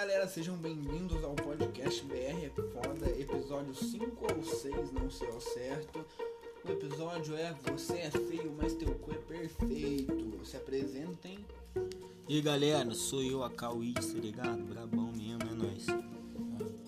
galera, sejam bem-vindos ao podcast BR é Foda, episódio 5 ou 6, não sei ao certo. O episódio é Você é feio, mas teu cu é perfeito. Se apresentem. E aí galera, sou eu, a Cauí, tá ligado? Brabão mesmo, é nóis.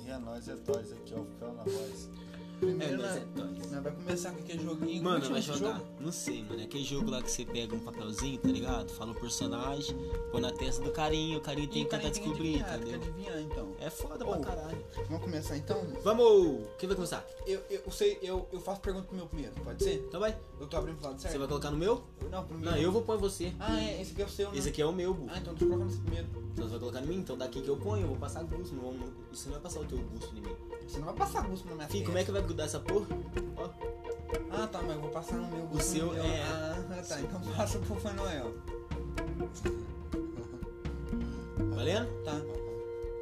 E é nóis, é tóis aqui, ó, ficando na voz. É Primeiro, nóis, nós, é nóis. nós vai começar com aquele joguinho. Mano, Como vai chama esse jogar? jogo? Não sei, mano. É aquele jogo lá que você pega um papelzinho, tá ligado? Fala o personagem, põe na testa do carinho, o carinho tem Ih, que cara, tentar tem que descobrir, adivinhar, tem que entendeu? adivinhar, então. É foda Oh. pra caralho. Vamos começar então? Vamos! Quem vai começar? Eu, eu, eu sei, eu, eu faço pergunta pro meu primeiro, pode ser? Então vai. Eu tô abrindo pro lado certo? Você vai colocar no meu? Não, pro meu. Não, eu vou pôr em você. Ah, é, esse aqui é o seu, né? Esse aqui é o meu, Bu. Ah, então tu coloca nesse primeiro. Então você vai colocar em mim, então daqui que eu ponho, eu vou passar gusto. Não, não, você não vai passar o teu gusto em mim. Você não vai passar gosto na minha Fih, testa. como é que vai grudar essa porra? Ó, Ah, tá, mas eu vou passar no meu gosto. seu no meu. é- Ah, tá, então passa pro Papai Noel. valendo? Tá,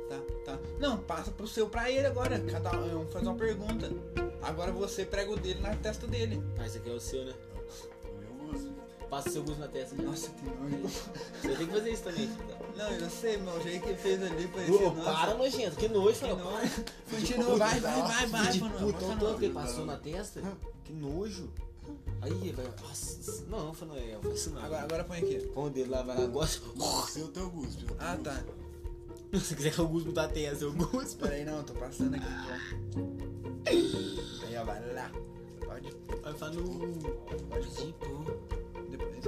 tá, tá. Não, passa pro seu pra ele agora. Cada um faz uma pergunta. Agora você prega o dele na testa dele. Ah, esse aqui é o seu, né? Meu uso. Passa o seu gusto na testa. né? Nossa, tem nojo. Você tem que fazer isso também. filho. Não, eu sei, meu. O jeito que ele fez ali parecia. Ô, nossa, para, nojento. Que nojo, que mano. nojo. puta, Continua, vai, vai, vai, vai, de Manoel. putão Vai, todo que Manoel. ele passou na testa. Que nojo. Aí, velho. Nossa, não, Fanoel. Faz isso não. Agora, agora põe aqui. Põe o dedo lá, vai lá, gosta. Seu teu gosto, seu teu Ah, tá. Se quiser que eu guspe da testa, eu guspo. Peraí, não, eu tô passando aqui. Pronto. Aí, ó, vai lá. Pode Vai falar no... Pode pôr. Depois.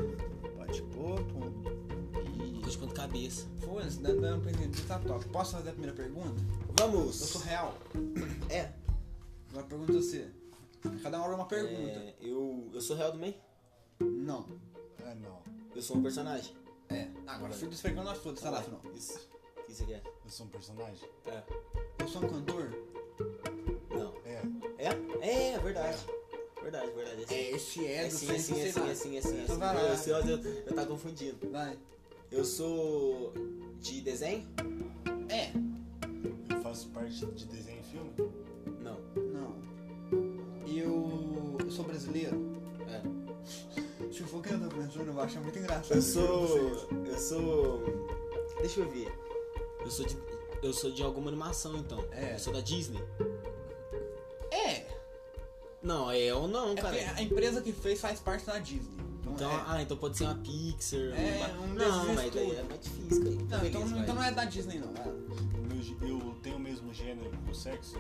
Pode pôr, pô. E. Coisa quanto cabeça. Foda-se, dá dá pra entender, tá top. Posso fazer a primeira pergunta? Vamos. Eu sou real. É. Agora pergunta você. Cada uma hora uma pergunta. é eu, eu sou real também? Não. gosto. Ah, não. Eu sou um personagem? É. Agora fica esfregando as fotos, sei lá, afinal. Isso. O que você quer? Eu sou um personagem? É. Eu sou um cantor? Não. É. É? É, é verdade. Verdade, verdade. É esse é, assim, é assim, é assim, é assim, é assim. Então vai lá. Eu, sei, eu, eu tava confundindo. Vai. Eu sou de desenho? É. Eu faço parte de desenho e filme? Não. Não. Eu. Eu sou brasileiro? É. Se for que eu tô pensando, eu vou achar muito engraçado. Eu sou. Eu sou. Deixa eu ver. Eu sou de. Eu sou de alguma animação então. É. Eu sou da Disney. É. Não, é ou não, É cara. porque a empresa que fez faz parte da Disney. Então, é. ah, então pode ser uma Pixar. É, uma... um não, desses mas daí é tudo. mais difícil, cara. Não, então, Beleza, então não vai. é da Disney, não. É. Meu gê- eu tenho o mesmo gênero que o sexo?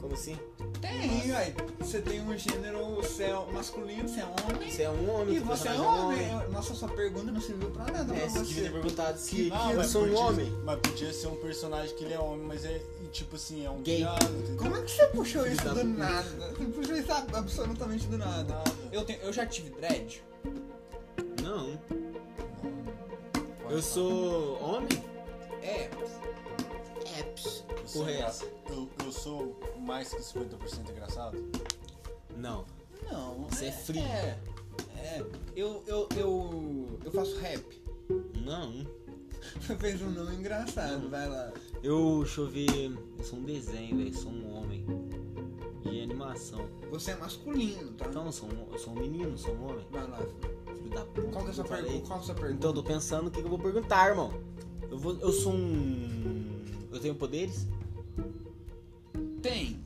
Como assim? Tem, ué. Você tem um gênero, você é masculino, você é homem. Você é um homem, e teu você é personagem homem. Nossa, sua pergunta não serviu pra nada pra É, você devia você. ter perguntado se Não, que eu Ah, mas sou um podia- homem. Mas podia ser um personagem que ele é homem, mas é, e, tipo assim, é um Gay. viado, entendeu? Como é que você puxou Filho isso da do puta. nada? Você puxou isso absolutamente do nada. Nada. Eu, tenho, eu já tive dread? Não. Pode Eu falar. sou homem? É. Eps. Eu sou Porra, é engraçado. Eu, eu sou mais que 50% engraçado? Não. Não. Você é frio. É. É. Eu, eu, eu, eu faço rap. Não. Você fez um nome engraçado, vai lá. Eu, deixa eu ver. Eu sou um desenho, velho. Sou um homem. De animação. Você é masculino, tá? Então, eu sou um, eu sou um menino, sou um homem. Vai lá. Filho da puta. Qual que é a sua eu falei. pergunta? Qual que é a sua pergunta? Então, eu tô pensando o que, que eu vou perguntar, irmão. Eu, vou, eu sou um. Eu tenho poderes? Tem.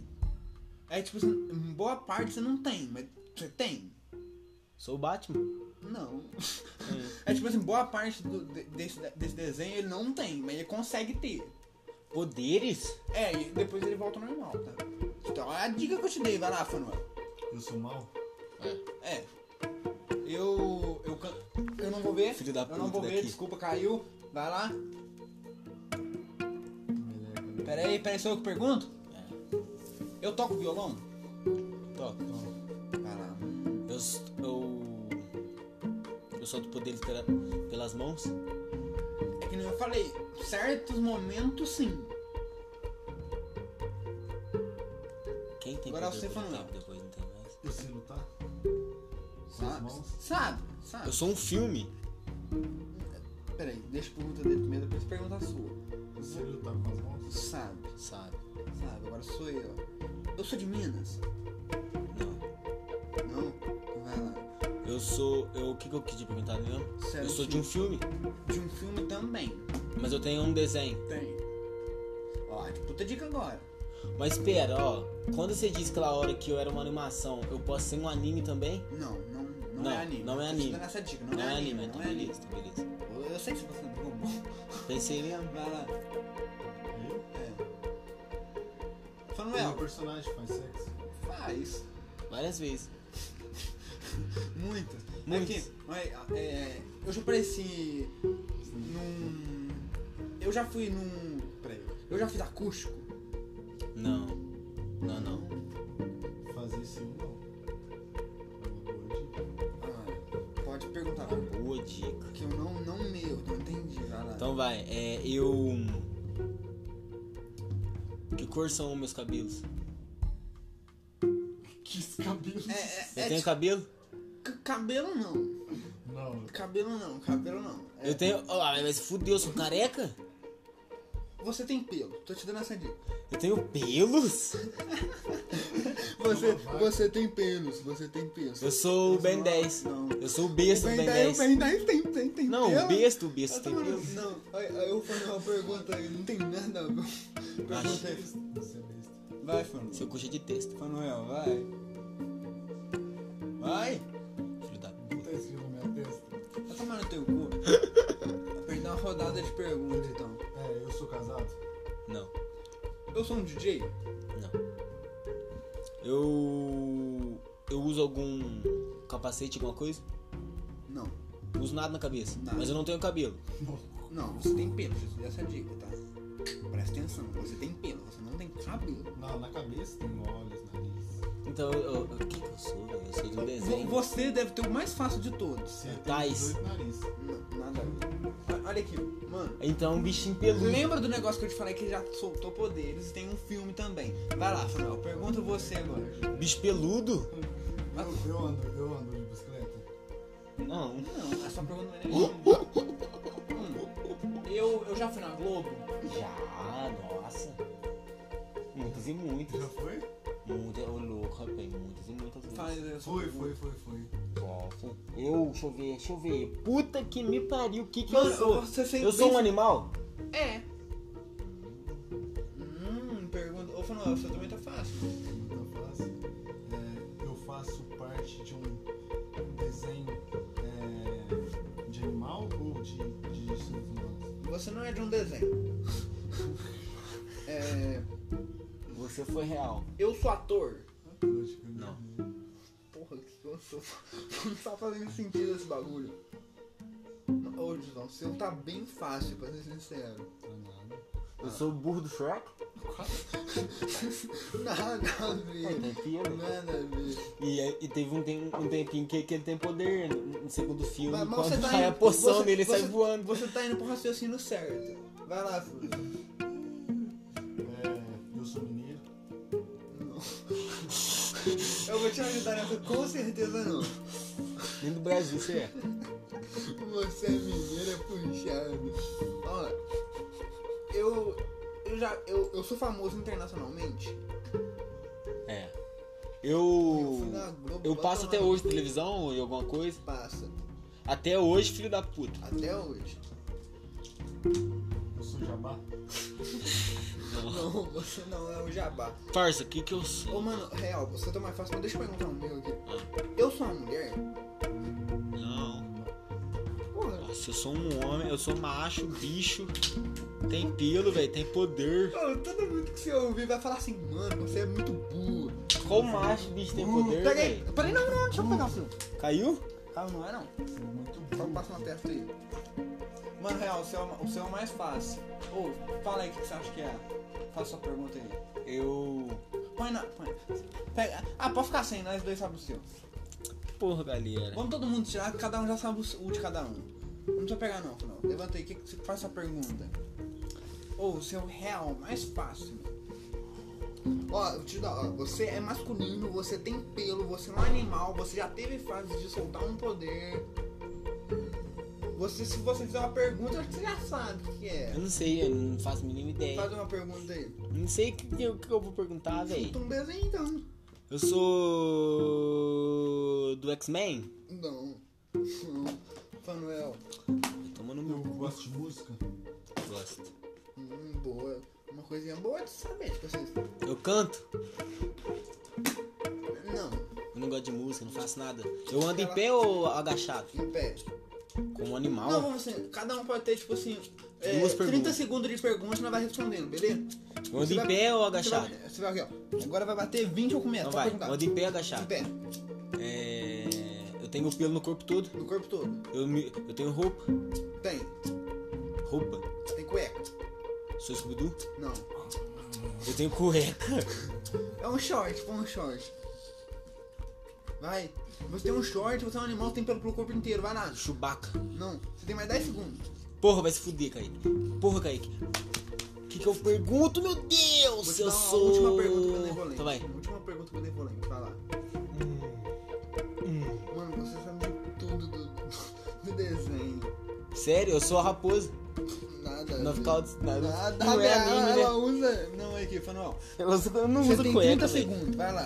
É tipo assim, boa parte você não tem, mas você tem. Sou o Batman? Não. É tipo assim, boa parte do- de- desse, desse desenho ele não tem, mas ele consegue ter. Poderes? É, e depois ele volta ao normal, tá? Então é a dica que eu te dei, vai lá, Fanuel. Eu sou mal? É. Eu. Eu, can- eu não vou ver. Filho da Eu não puta vou ver, daqui. desculpa, caiu. Vai lá. Meleca. Pera aí, pera aí, sou eu que pergunto? É. Eu toco violão? Toca. Não. Vai lá. Eu. s- Eu. Eu solto poderes pela- pelas mãos? É que nem eu falei, certos momentos sim. Quem tem Agora poder você por falou. tempo depois não tem mais? Eu sei lutar? Sabe? Sabe, sabe. Eu sou um filme. Peraí, deixa eu perguntar dele primeiro, depois pergunta a sua. Eu sei lutar com as mãos? Sabe, Sabe? sabe, agora sou eu. Eu sou de Minas. Não. Não? Vai lá. é Eu sou. Eu, o que, que eu quis te perguntar mesmo? Sério, eu sou de um filme, De um filme também. mas eu tenho um desenho. Tem. Ó, de puta dica agora. Mas espera, ó. Quando você disse aquela hora que eu era uma animação, eu posso ser um anime também? Não, não, não, Não, é anime. não é Tô te anime. dando essa dica, não, Não, é anime, então não é anime. beleza, então beleza. Eu, eu sei que você tá falando como. Pensei mesmo. Vai lá. É. O Samuel, personagem faz sexo. faz. Várias vezes. Muitas. Muitas. Aqui, mas, é, eu já apareci num. Eu já fui num. Peraí. Eu já fiz acústico. Não. Não, não. Fazer sim não. Uma boa dica. Ah, pode perguntar lá. Boa dica. Que eu não, não meu, não entendi. Vai lá. Então vai, é, eu. Que cor são meus cabelos? Que escabelo. é, é, Eu é tenho tipo, cabelo? c- cabelo não. Não. Cabelo não, cabelo não. É, Eu tenho. Ó, mas fudeu, eu sou careca? Você tem pelo, tô te dando essa dica. Eu tenho pelos? Você, vai. você tem pelos, você tem pelos. Eu sou o Ben Não, 10. não. Eu sou o besta do Ben 10. Ben 10 tem, tem, tem Não, pelo. o besta, o besta Eu tem tô falando- pelos. Não, aí- aí eu falei uma pergunta aí, não tem nada a ver. Pergunta aí. Você é besta. Vai, Fanuel. Seu coxa é de testa, Fanuel, vai. Vai. filho da puta. Puta esse é na minha testa. Vai tomar no teu cu. Vai perder uma rodada de perguntas, então. É, eu sou casado? Não, Eu sou um DJ? não. Eu. Eu uso algum capacete, alguma coisa? Não. Não uso nada na cabeça. Nada. Mas eu não tenho cabelo. Não, você tem pelo, já te dei essa dica, tá? Presta atenção, você tem pelo, você não tem cabelo. Na, na cabeça tem olhos, nariz. Então, eu- eu- o que que eu sou? velho? Eu sou de um Vo- desenho. Você deve ter o mais fácil de todos. Você tem Tais. 18 nariz. Não, nada a ver. Olha- Olha aqui, mano. Então, um bichinho peludo. Lembra do negócio que eu te falei que ele já soltou poderes e tem um filme também. Vai lá, Samuel, pergunta você agora. Bicho peludo? Eu, eu ando, eu ando de bicicleta. Não. Não, a sua pergunta não é nenhuma. Hum, eu, eu já fui na Globo? Já, nossa. Muitas e muitas. Já foi? Muitas, ô louco, rapaz. Muitas e muitas vezes. Faz essa. Foi, foi, foi, foi. Nossa. Eu, deixa eu ver, deixa eu ver. Puta que me pariu, o que que Mano, eu sou? você sempre Eu sou um pensa- animal? É. Hum, pergunta. Ô, Fanuel, você também tá fácil. Muito fácil. assim, É, eu faço parte de um desenho é, de animal ou de, de seres humanos? Você não é de um desenho. É, Você foi real. eu sou ator. Lógico que Não. Porra, que situação. Não tá fazendo sentido esse bagulho. Ô, Jusão, o seu tá bem fácil, pra ser sincero. Tá nada. Eu sou o burro do Shrek? Nada a É, ver. tem pelo. Nada a ver. E, e teve um, tem- um tempinho que, que ele tem poder né? no no segundo filme. Mas- mas quando você tá sai a indo- poção você- dele, ele você- sai voando. Você tá indo pro raciocínio certo. Vai lá, Fulvio. É, eu sou mineiro. Eu vou te ajudar nessa, com certeza não. Nem do Brasil você é. Você é mineiro, é puxado. Ó, eu. Eu já. Eu, eu sou famoso internacionalmente. É. Eu fui Eu. na Globo, Eu vai passo tomar até no hoje cu. televisão ou alguma coisa. Passa. Até hoje, filho da puta. Até hoje. Eu sou jabá. Não, você não é um jabá. Farsa, o que que eu Ô, sou? mano, real, você tá mais fácil, mas deixa eu perguntar um meu aqui. Ah. Eu sou uma mulher? Não. Porra. Nossa, eu sou um homem, eu sou macho, bicho. Tem pelo, velho, tem poder. Ô, todo mundo que você ouvir vai falar assim, mano, você é muito burro. Qual macho, bicho, tem Uh, poder, Pega aí. velho? Peraí, não, não, deixa eu pegar o filme. Caiu? Ah, não é não. Sou muito Só burro. passa na testa aí. Mano, real, o seu, é o- o seu é o mais fácil. Ô, fala aí o que que você acha que é. Faça sua pergunta aí. Eu. Põe na. Põe. Pega. Ah, pode ficar sem, nós dois sabemos o seu. Porra, galera. Vamos É. todo mundo tirar, cada um já sabe o seu- o de cada um. Não precisa pegar não, não. Levanta aí, que que você faz essa pergunta? Ô, o seu real mais fácil. Ó, eu te dou, ó, você é masculino, você tem pelo, você não é animal, você já teve fase de soltar um poder. Você, se você fizer uma pergunta, acho que você já sabe o que é. Eu não sei, eu não faço a mínima ideia. Faz uma pergunta aí. Não sei o que, que eu- que eu vou perguntar, Chuta velho. um desenho então. Eu sou. do X-Men? Não. Não. Fanuel. Tomando Eu meu. gosto de música. Gosto. Hum, boa. Uma coisinha boa de saber, tipo assim. Eu canto, Não, eu não gosto de música, não faço nada. Eu ando em Ela- pé ou agachado? em pé. Como um Não, animal. vamos assim, cada um pode ter, tipo assim, é, Duas 30 perguntas. segundos de pergunta e nós vai respondendo, beleza? Eu ando Você em vai- pé ou Você vai, agachado? você vai aqui, ó. Agora vai bater 20 ou começa, Não só vai, eu perguntar. ando em pé ou Em agachado? pé, É... Eu tenho pelo no corpo todo. do corpo todo. Eu, me- eu tenho roupa. Tem. Roupa. Tem cueca. Sou Scooby-Doo. Não. Eu tenho cueca. É um short, põe um short. Vai. Você tem um short, você é um animal, tem pelo pelo corpo inteiro, vai lá. Chewbacca. Não, você tem mais 10 segundos. Porra, vai se fuder, Kaique. Porra, Kaique. O que, que eu pergunto, meu Deus? Vou te eu dar uma sou. última pergunta benevolente. Então vai. Última pergunta benevolente, vai lá. Hum, Mano, você sabe tudo do, do desenho. Sério, eu sou a raposa. Nada. Não né? fica alto- nada. Nada. Não é ela, anime, ela usa. Não, é aqui, Fanuel. Eu não- eu não Você uso tem cueca. 30 velho. segundos, vai lá.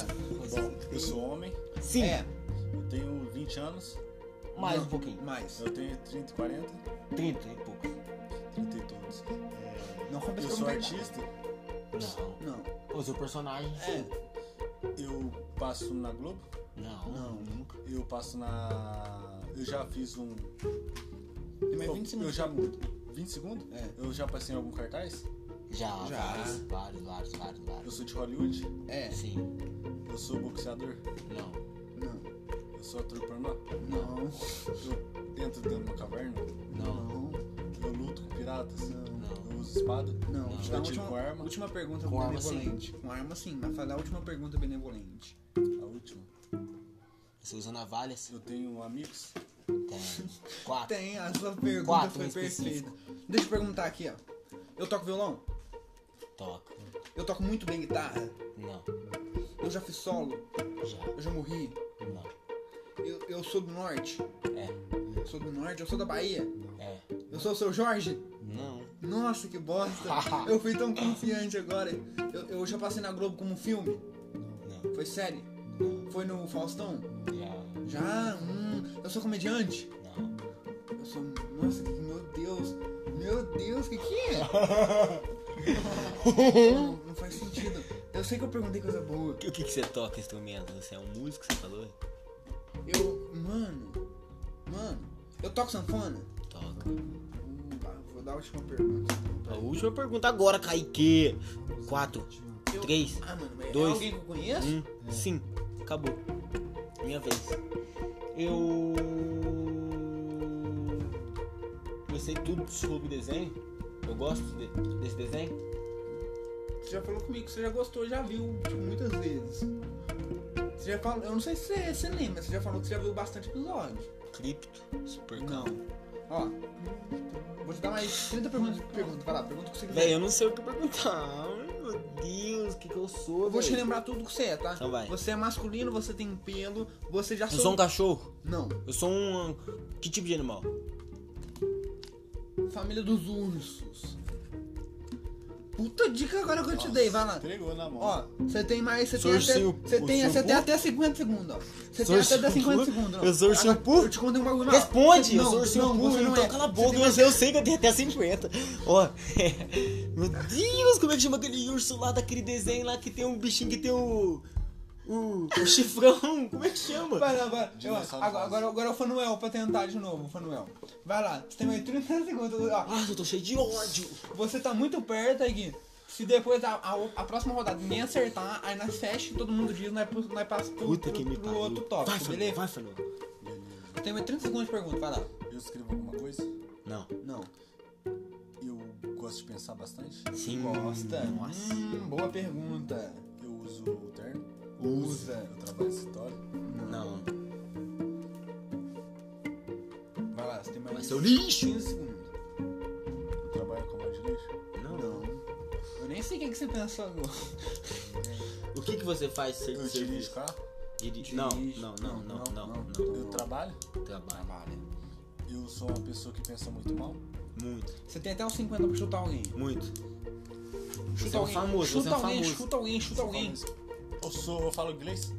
Bom, eu sou homem, Sim. É, eu tenho 20 anos, Mais Não, um pouquinho. Mais. eu tenho 30, 40, 30 e pouco. 30 e todos. É, Não compensa eu sou perguntar. artista, Não. Não. Eu sou personagem. É. eu passo na Globo, É. Não. Não, nunca. eu passo na. Eu já fiz um. Tem mais Bom, 20 segundos. Eu já. 20 segundos? É. Eu já passei em algum cartaz? Já, Já. vários, vários, vários, vários, Eu vários. sou de Hollywood, É. Sim. eu sou boxeador, Não. Não. eu sou ator pornô, Não. eu entro dentro de uma caverna, Não. Não. eu luto com piratas, Não. eu uso espada, Não, Não. tá vou te dar Eu a tiro última, com arma. última pergunta Com arma, benevolente. com arma sim, mas fazer a última pergunta benevolente. a última. Você usa navalhas? Eu tenho amigos, Tem. Quatro. Tem, a sua pergunta Quatro, foi em perfeita. específico. Deixa eu perguntar aqui, ó. Eu toco violão? Toca. Eu toco muito bem guitarra? Não. Eu já fiz solo? Já. Eu já morri? Não. Eu, eu sou do norte? É. Eu sou do norte? Eu sou da Bahia? É. Eu sou o seu Jorge? Não. Nossa, que bosta! eu fui tão confiante agora. Eu, eu já passei na Globo como filme? Não. Foi série? Foi no Faustão? Já. Já? Hum, eu sou comediante? Não. Eu sou. Nossa, que- meu Deus! Meu Deus, o que, que é? É? não, não faz sentido. Eu sei que eu perguntei coisa boa. O que, que você toca instrumento? Você é um músico, você falou? Eu. Mano. Mano. Eu toco sanfona? Toca. Hum, tá, Vou dar a última pergunta. então, A última pergunta agora, Kaique. Quatro. Eu- Três. Ah, mano, mas é Dois. alguém que eu conheço? Um. Sim. Acabou. Minha vez. Eu. Eu sei tudo sobre desenho. Eu gosto de- desse desenho. Você já falou comigo que você já gostou, já viu tipo, muitas vezes. Você já falou. Eu não sei se você, você lembra, mas você já falou que você já viu bastante episódios. Cripto. Super Não. Ó. Vou te dar mais 30 perguntas. Pergunta, vai lá, pergunta o que você quiser. Véi, eu não sei o que perguntar. Ai, meu Deus, o que, que eu sou? Eu vou te véi? lembrar tudo que você é, tá? Então vai. Você é masculino, você tem pelo, você já Eu sou um cachorro. Não. Eu sou um. Que tipo de animal? Família dos ursos. Puta dica agora que eu te dei, vai lá. entregou na mão. Ó, você tem mais. Você Sou tem ursinho- até. Você tem, ursinho você tem poo? até 50 segundos, ó. Você tem Sou até ursinho 50 poo? segundos, ó. Eu sou ursinho Agora, poo? Eu te contei uma coisa. ó. Responde! Não, eu sou ursinho não, puro, você não então é. cala a Você boca, tem eu, eu sei que eu tenho até 50. Ó, meu Deus, como é que chama aquele urso lá daquele desenho lá que tem um bichinho que tem o. O, o chifrão, como é que chama? Vai lá, vai. Eu, Dinossauro agora, rosa. agora, agora é o Fanuel pra tentar de novo, o Fanuel. Vai lá, você tem mais 30 segundos. Ó, Ah, eu tô cheio de ódio. Você tá muito perto, Egui. Se depois a, a- a próxima rodada nem acertar, aí nós fecha e todo mundo diz, nós, pu- nós passa pro, Puta pro- que me pro pariu. outro tópico, vai, Fernando, beleza? vai, Fernando. Beleza. Tem mais 30 segundos de pergunta, vai lá. Eu escrevo alguma coisa, Não. Não. eu gosto de pensar bastante, Sim. Gosta? Nossa. Hum, boa pergunta. eu uso o terno, Usa. eu trabalho em escritório. Não. Vai lá, você tem mais Vai ser o lixo. 15 segundos. Eu trabalho com a mão de lixo. Não. Não. Eu nem sei o que, que você pensou agora. O que que você faz ser Eu dirijo carro, Diri- Não, não, não, não, não, não. "Ah, eu trabalho, Trabalho. Trabalha. eu sou uma pessoa que pensa muito mal. Muito, Você tem até uns 50 pra chutar alguém. muito. Chuta Você é um alguém. famoso, chuta você é um alguém, famoso. chuta alguém, chuta alguém. Eu sou, eu falo inglês,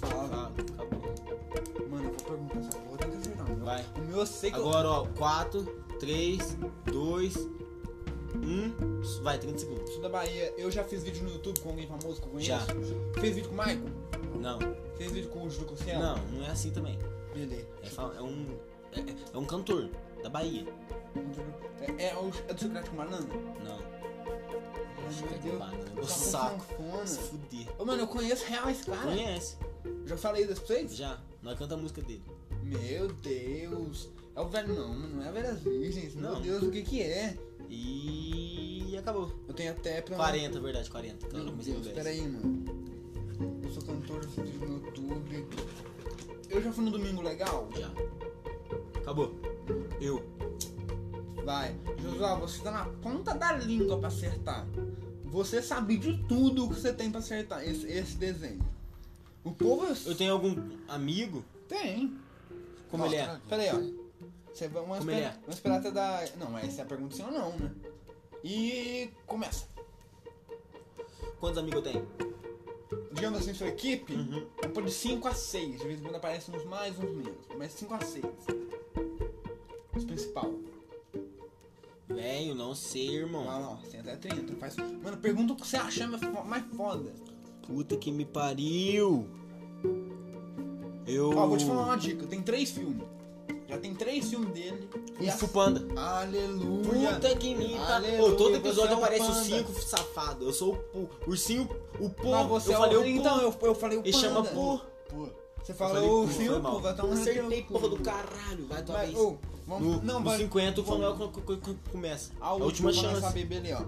Fala. Ah, acabou. Mano, eu vou perguntar essa porra, tem que acertar. Vai. O meu eu sei que eu- Agora, ó, 4, 3, 2, Um. Vai, 30 segundos. Sou da Bahia. Eu já fiz vídeo no YouTube com alguém famoso que eu conheço. Já. Fez vídeo com o Maicon. Não. Fez vídeo com o Júlio Cossiano. Não, não é assim também. Beleza. É, fa- é um. É, é- é um cantor da Bahia. É, é, o- é do Chiclete com Banana? Não. Meu Chiclete com Banana. O saco. Se saco. fuder. Ô, mano, eu conheço real esse cara. Conhece? Já falei isso pra vocês? Já. Nós canta a música dele. Meu Deus. É o velho, não, não é velhas virgens. Meu Não. Deus, o que que é? E acabou. Eu tenho até pra. 40, verdade, 40. Claro, Meu comecei no Deus, 10. peraí, mano. Eu sou cantor, eu fiz vídeo no YouTube. Eu já fui no Domingo Legal? Já. Acabou. Eu. Vai. Josué, você tá na ponta da língua pra acertar. Você sabe de tudo o que você tem pra acertar esse, esse desenho. O povo. Eu tenho algum amigo? Tem. Como ele é? Peraí, ó. Você vai uma Como ele é? esperar, uma esperada da. Não, essa é a pergunta sim ou não, né? E começa. Quantos amigos eu tenho? Digamos assim, sua equipe Uhum. é de 5 a 6. De vez em quando aparecem uns mais, uns menos. Mas 5 a 6. Os principal. Velho, não sei, irmão. Vai lá, ó, tem até 30. Faz... Mano, pergunta o que você achar mais fo- mais foda. Puta que me pariu. Eu. Ó, vou te falar uma dica. Tem três filmes. Já tem três filmes dele. E Kung a- Fu Panda. Aleluia. Puta que me pariu. Aleluia, Ô, todo você é episódio um aparece o panda. cinco safado. Eu sou o, pu- ursinho, o pô. Mas você eu é falei o... o Então, pô. eu, eu falei o Ele chama pô. Pô, Você Eu falei falou o pô, foi filme, mal. pô. Vai tomar no seu Acertei, cu. porra do caralho. Vai tua Mas, vez. ô, vamos... No, não, no vai... 50 o Manuel co- co- co- começa. A última, chance. Essa bebê ali, ó.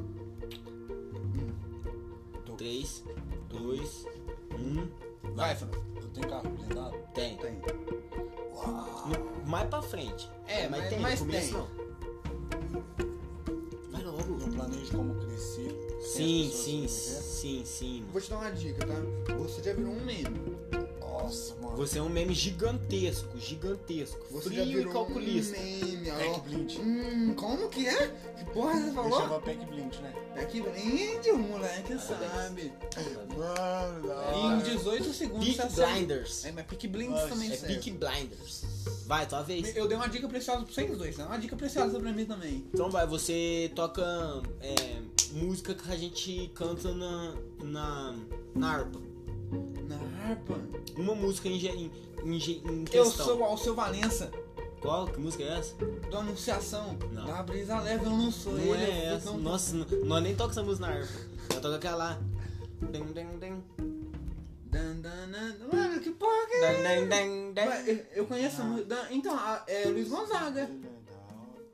3, 2, 1. Vai, Fran. eu tenho carro blindado? Tem. Tem. No- mais pra frente. É, mas- tem. mas no começo tem. não. Vai logo. Eu planejo como crescer. quem as Sim, pessoas sim, que eu quero. sim, sim. mano. Vou te dar uma dica, tá? Você já virou um meme. Nossa, mano. Você é um meme gigantesco, gigantesco. Você já frio e virou calculista. um meme, ó. É Pack Blind. Hum, como que é? Que porra você Ele falou? chama Pack Blind, né? Pack Blind, o Ah, moleque sabe. Mano, da E hora. em 18 segundos Peak você acerta. Blinders. um É, mas Peak Blinds Nossa, também É serve. Peak Blinders. Vai, tua vez. Eu dei uma dica preciosa pra vocês dois, né? Uma dica preciosa pra mim também. Então vai, você toca é, música que a gente canta na, na, na harpa. Na harpa. Uma música em, ge- em, em, ge- em Eu questão. sou um o Alceu Valença, Qual? Que música é essa? do Anunciação. Não. Da Brisa Leve, eu não sou Não ele. um eu é fui essa. tão- Nossa, n- nós nem toca essa música na harpa. Nós toca aquela lá. Ding, ding, ding. Dan, dan, dan. Mano, que porra que é? Ding, ding, ding, Mas ding. Eu, eu conheço Ah. muito. Dan- Então, a- é Luiz Gonzaga.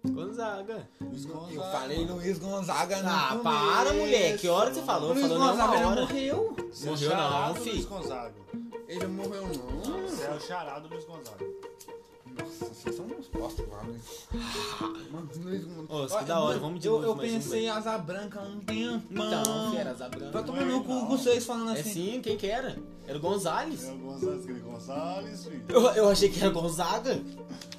Gonzaga. Luiz Gonzaga. Eu falei Luiz Gonzaga no Ah, começo. para, moleque. Que hora que você falou? Luiz Falando é Gonzaga uma ele hora. morreu. Você é o Morreu charado não, do fi. Luiz Gonzaga. Ele não morreu, não. Você é o charado do Luiz Gonzaga. Nossa, vocês são uns bosta lá, né? Mano, Luiz Gonzaga. Ah. Ô, isso que da hora, mano, vamos de Eu, novo eu mais um, pensei em asa branca há um tempo. Então, fera, asa Vai branca. tomar no cu Não. com vocês falando É assim. sim, quem que era? Era o Gonzalez. É o Gonzalez, aquele Gonzalez, filho. Eu, eu achei que era Gonzaga.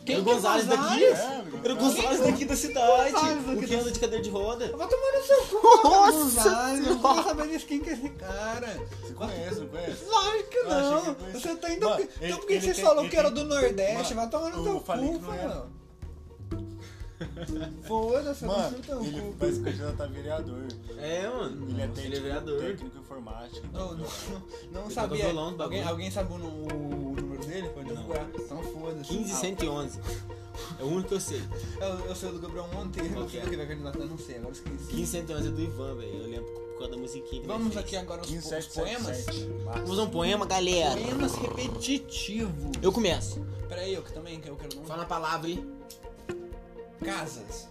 Quem era o que é Gonzalez daqui? Gonzalez? É, Era o Gonzalez daqui da cidade. Gonzalez daqui O que da- anda de cadeira de roda. Vai tomar no seu cu, Nossa Gonzaga. Eu não Senhora. quero saber de quem que é esse cara. Você conhece, não conhece? Lógico que Eu achei não. que eu conheci. Você tá indo. Mano, ele- então por que ele vocês tem- falaram ele que era tem- do Nordeste? Vai Mano, tomar no eu teu falei cu, que não é era. mano. Foda-se, eu não Mano, no teu ele cu. vai se candidatar a tá vereador. É, mano. Ele é Nossa, técnico, vereador. técnico informático. Não, não, tá não Ele sabia. toca violão, bagulho. alguém, alguém sabe o, nu- o número dele? Pode Não. procurar. Então foda-se. Ah. 1511. É o único que eu sei. Ah, eu, eu sei o do Gabriel Monteiro. Qual Não que sei é? do que vai candidatar, não sei. Agora esqueci. 1511 é do Ivan, velho. Eu lembro por causa da musiquinha. que ele Vamos fez. aqui agora aos po- os poemas. 1777. Vamos Massa. fazer um poema, galera. Poemas repetitivos. Eu começo. Peraí, eu que também que eu quero não. Fala a palavra aí. Casas.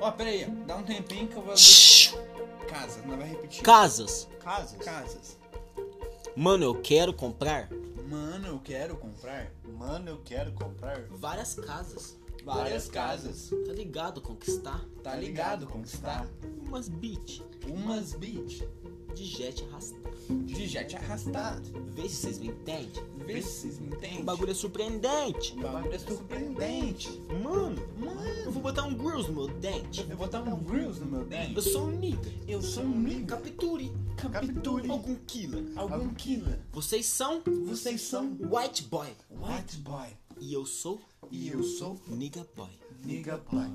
Ó, peraí, ó. dá um tempinho que eu vou. Casas, não vai repetir. Casas. Casas. Casas. Mano, eu quero comprar Mano, eu quero comprar Mano, eu quero comprar. várias casas. várias casas. Tá ligado? Conquistar Tá ligado, tá? conquistar umas beat umas beat de jet arrastar. de jet arrastado. Vê se vocês me entendem. Vê se vocês me entendem. O bagulho é surpreendente. O bagulho é surpreendente. Mano, Mano, eu vou botar um grills no meu dente. eu vou botar um grills no meu dente. Eu sou um nigga. Eu sou um nigga. Capture. Capture. Algum killer. Algum killer. Vocês são Vocês são white boy. white boy. E eu sou E eu sou nigga boy. nigga boy.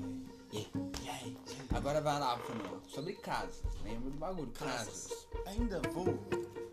E, e aí? Agora vai lá, Bruno. Sobre casas. Lembra do bagulho? Casas. Ainda vou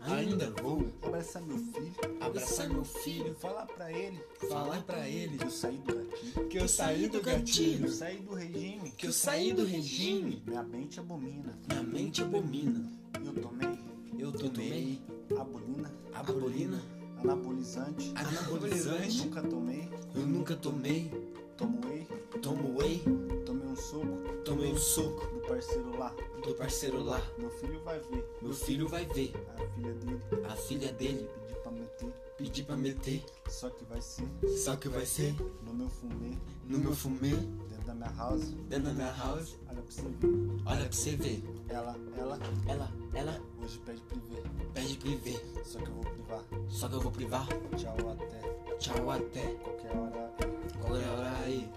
Ainda vou abraçar meu filho, abraçar meu filho, falar pra ele falar pra ele que eu saí do gatilho, que eu saí do é que eu gatilho, saí do regime, que eu saí do regime. minha mente abomina. Minha mente abomina. Eu tomei Eu tomei abulina, abolina, anabolizante, anabolizante. nunca tomei, Eu nunca tomei. tomo whey, Tomo whey, tomei um soco tomei um soco do parceiro lá. do parceiro lá. Meu filho vai ver Meu filho vai ver. a filha dele A filha dele pedir pra meter, pedir pra meter. só que vai ser Só que vai ser no meu fumê, no meu fumê, dentro da minha house. dentro da minha house. Olha pra você ver. Olha é pra você ver. Ela, ela Ela, ela hoje pede privê, pede privê. só que eu vou privar. Só que eu vou privar. Tchau até Tchau, até. qualquer hora. Qual é a hora aí?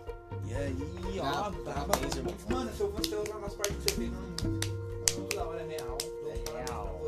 E aí, ó, brava. irmão. Mano, se eu fosse colocar umas partes que você fez, não. Toda hora é real. É real.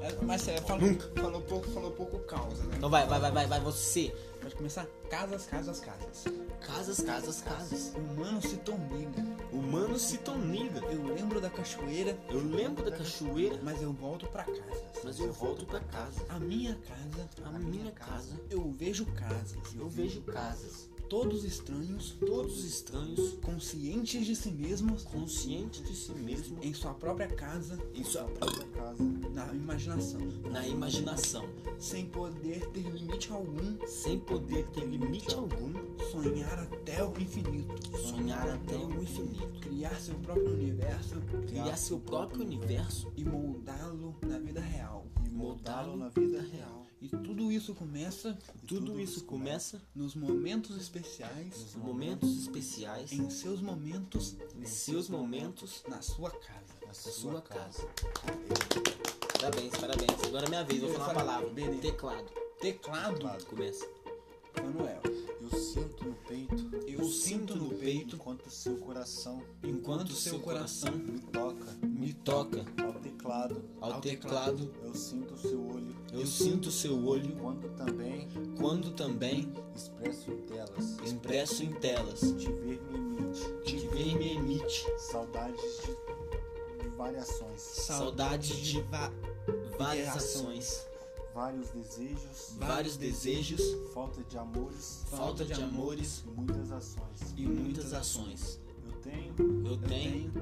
É, Mas você falou, falou, pouco, falou pouco causa, né? Então vai, vai, vai, vai, vai, você. Pode começar? Casas, casas, casas. Casas, casas, casas. Humano se torniga. Humanos se torniga. um Eu lembro da cachoeira, Eu lembro da cachoeira, mas eu volto pra casa. mas eu volto pra casa. A minha casa, A minha casa, eu vejo casas. eu vejo casas. todos estranhos, Todos estranhos, conscientes de si mesmos, conscientes de si mesmo, em sua própria casa, em sua casa, na imaginação, na imaginação, sem poder ter limite algum, sem poder ter limite algum, sonhar até o infinito, sonhar até o infinito, criar seu próprio universo criar seu próprio universo e moldá-lo na vida real. e moldá-lo na vida real. E tudo isso começa Tudo isso começa nos momentos especiais, nos momentos especiais, em seus momentos, em seus momentos, na sua casa. Na na sua casa. Parabéns, parabéns. Agora é minha vez, vou Eu falar a falo, palavra. beleza. Teclado. Teclado, Começa. Manuel. Eu sinto no peito, Eu sinto no peito enquanto seu coração enquanto seu coração me toca me toca ao teclado. ao teclado, Eu sinto o seu olho, eu sinto seu olho enquanto também quando também expresso em telas. expresso em telas. Te ver me emite Te ver me emite saudades de, de variações, saudades de va- várias Ação. ações, vários desejos, vários desejos, falta de amores falta de amores e muitas ações. e muitas ações. Eu tenho Eu tenho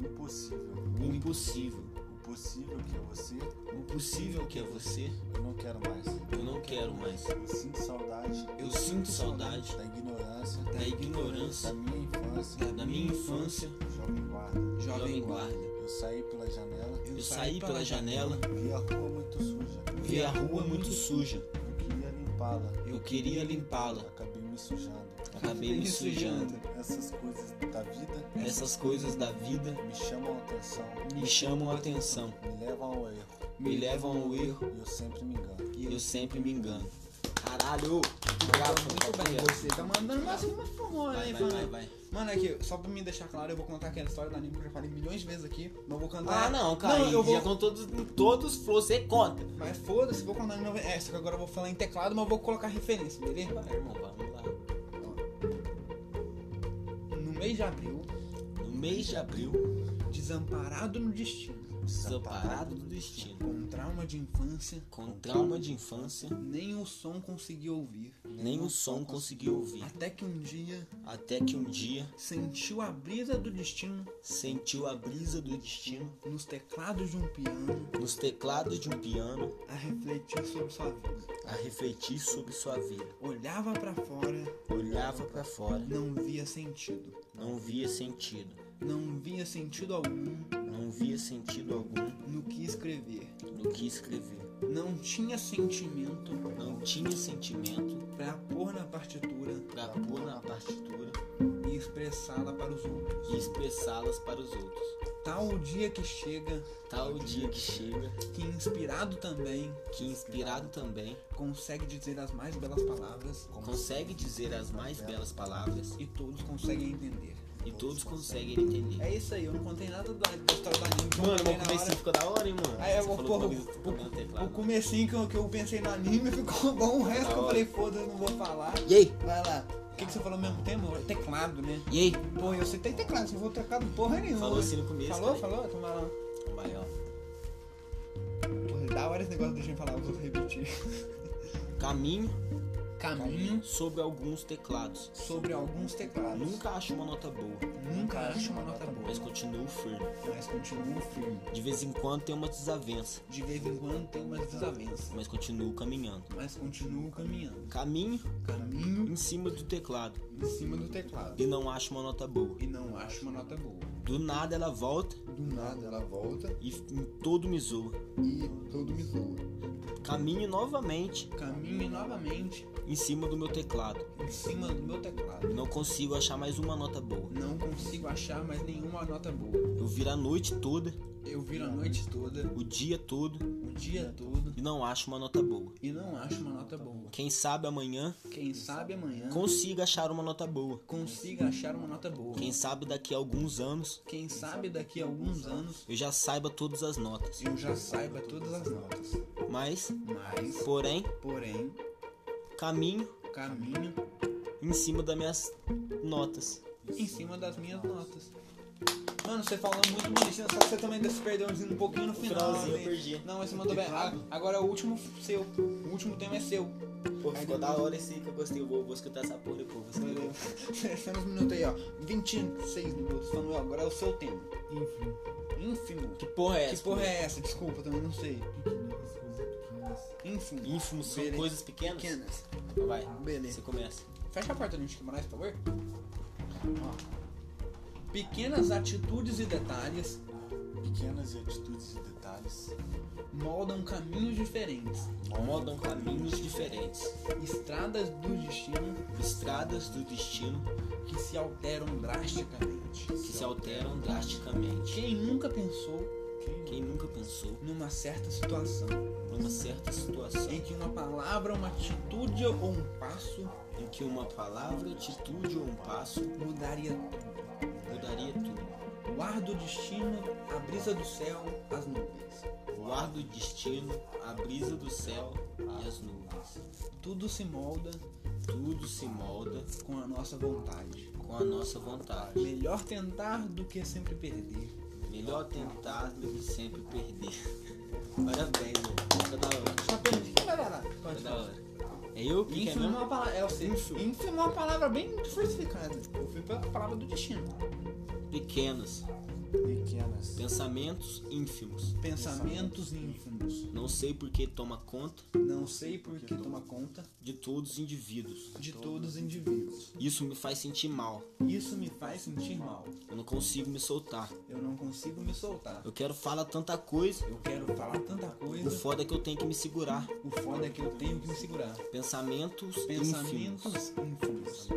o impossível. o impossível, O possível que é você, o possível que é você, eu não quero mais. eu não quero mais. Eu sinto saudade Eu sinto saudade da ignorância da da ignorância minha infância, da minha infância, jovem guarda. jovem guarda. Eu saí pela janela, Eu saí pela janela, vi a rua muito suja. vi a rua muito suja. Eu queria limpá-la, Eu queria limpá-la, acabei me sujando. acabei me sujando. Essas coisas da vida Essas coisas da vida me chamam a atenção, me chamam a atenção, me levam ao erro me levam ao erro e eu sempre me engano. e eu sempre me engano. Caralho! Bravo, Muito bem, você tá mandando mais uma forró, né, Vai, vai, vai, mano? vai. Mano, aqui, só pra me deixar claro, eu vou contar aquela história do anime que eu já falei milhões de vezes aqui. Mas eu vou cantar. Ah não, cara, Não, eu vou. já contou todos, em todos os flows, você conta. Mas foda-se, vou contar de novo. É, só que agora eu vou falar em teclado, mas eu vou colocar referência, beleza? Vai, irmão, vamos lá. No mês de abril, No mês de abril, desamparado no destino, desamparado do destino, com trauma de infância, com trauma de infância, nem o som consegui ouvir. nem o som conseguiu ouvir. Até que um dia Até que um dia sentiu a brisa do destino sentiu a brisa do destino nos teclados de um piano nos teclados de um piano a refletir sobre sua vida. a refletir sobre sua vida. Olhava pra fora, Olhava pra fora, não via sentido. não via sentido, Não via sentido algum não via sentido algum no que escrever. no que escrever. Não tinha sentimento Não tinha sentimento pra pôr na partitura pra pôr na partitura e expressá-la para os outros. e expressá-las para os outros. Tal o dia que chega, Tal o dia que chega, que inspirado também que inspirado também consegue dizer as mais belas palavras consegue dizer as mais belas palavras e todos conseguem entender. e todos conseguem entender. É isso aí, eu não contei nada da, da história da anime. que eu Mano, é contei meu na comecinho hora. ficou da hora, hein, mano? Aí eu Você vou falou pôr que eu tô comendo O teclado. comecinho que eu, que eu pensei no anime ficou bom, o resto Da eu hora. falei, foda, eu não vou falar. E aí? Vai lá. O que, que você falou ao mesmo tempo? Teclado, né? E aí? Pô, eu citei teclado, você falou teclado porra nenhuma. Falou assim no começo. Falou, né?" cara. falou? Toma lá. Vai, ó. Porra, da hora esse negócio da gente falar, eu vou repetir. Caminho Caminho sobre alguns teclados. sobre alguns teclados. tá Nunca acho uma nota boa, Nunca acho uma nota boa, mas continuo firme. mas continuo firme. De vez em quando tem uma desavença, De vez em quando tem umas desavenças, mas continuo caminhando. mas continuo caminhando. Caminho Caminho em cima do teclado em cima do teclado. e não acho uma nota boa. E não acho uma nota boa. Do nada ela volta Do nada ela volta e f- em todo me zoa. e todo me zoa. Caminho novamente Caminho novamente em cima do meu teclado em cima do meu teclado. e não consigo achar mais uma nota boa. Não consigo achar mais nenhuma nota boa. Eu viro a noite toda, Eu viro a noite toda, o dia todo o dia todo e não acho uma nota boa. e não acho uma nota boa. Quem sabe amanhã Quem sabe amanhã consiga achar uma nota boa. consiga achar uma nota boa. Quem sabe daqui a alguns anos Quem sabe daqui a alguns anos eu já saiba todas as notas. eu já saiba todas as notas. Mas, Mas, porém, porém, caminho caminho em cima das minhas notas. em cima das minhas notas. Mano, você falou muito bonitinho, só que você também se perdeu um pouquinho no final. finalzinho eu né? perdi. Não, mas você mandou bem. Ah, Agora o último seu. O último tema é seu. Pô, ficou da hora esse que eu gostei. Eu vou, vou escutar essa porra depois. Vou escutar. Valeu. Temos um minuto aí, ó. 26 minutos. Samuel, agora é o seu tema. Enfim, Ínfimo. Que porra é essa? Que porra é essa? Desculpa, também não sei. pequeninas, coisas pequenas. Ínfimo. Ínfimo, são Beleza. coisas pequenas? Pequenas. né? Vai, Beleza. você começa. Fecha a porta do Henrique Moraes, por favor. Ó. Pequenas atitudes e detalhes Pequenas e atitudes e detalhes moldam caminhos diferentes, Modam caminhos diferentes, estradas do destino estradas do destino que se alteram drasticamente. que se alteram drasticamente. Quem nunca pensou Quem nunca pensou numa certa situação numa certa situação em que uma palavra, uma atitude ou um passo em que uma palavra, atitude ou um passo mudaria tudo? mudaria tudo? O ar do destino, a brisa do céu, as nuvens. O ar do destino, a brisa do céu e as nuvens. Tudo se molda Tudo se molda com a nossa vontade. com a nossa vontade. Melhor tentar do que sempre perder. Melhor tentar do que sempre perder. Parabéns, mano. Fica da hora. Só perdi. Galera, Fica pode da falar. hora. É eu que né? quer Ínfimo é mesmo? uma palavra. É o ser. Ínfimo. Ínfimo é uma palavra bem diversificada. tipo, Eu fui pela palavra do destino. Pequenos. pequenas. Pensamentos ínfimos. Pensamentos ínfimos. Não sei por que toma conta Não sei por que toma conta de todos os indivíduos. de todos os indivíduos. Isso me faz sentir mal. Isso me faz sentir mal. Eu não consigo me soltar. Eu não consigo me soltar. Eu quero falar tanta coisa. Eu quero falar tanta O coisa. foda é que eu tenho que me segurar. O foda é que eu tenho que me segurar. Pensamentos, ínfimos. Pensamentos ínfimos.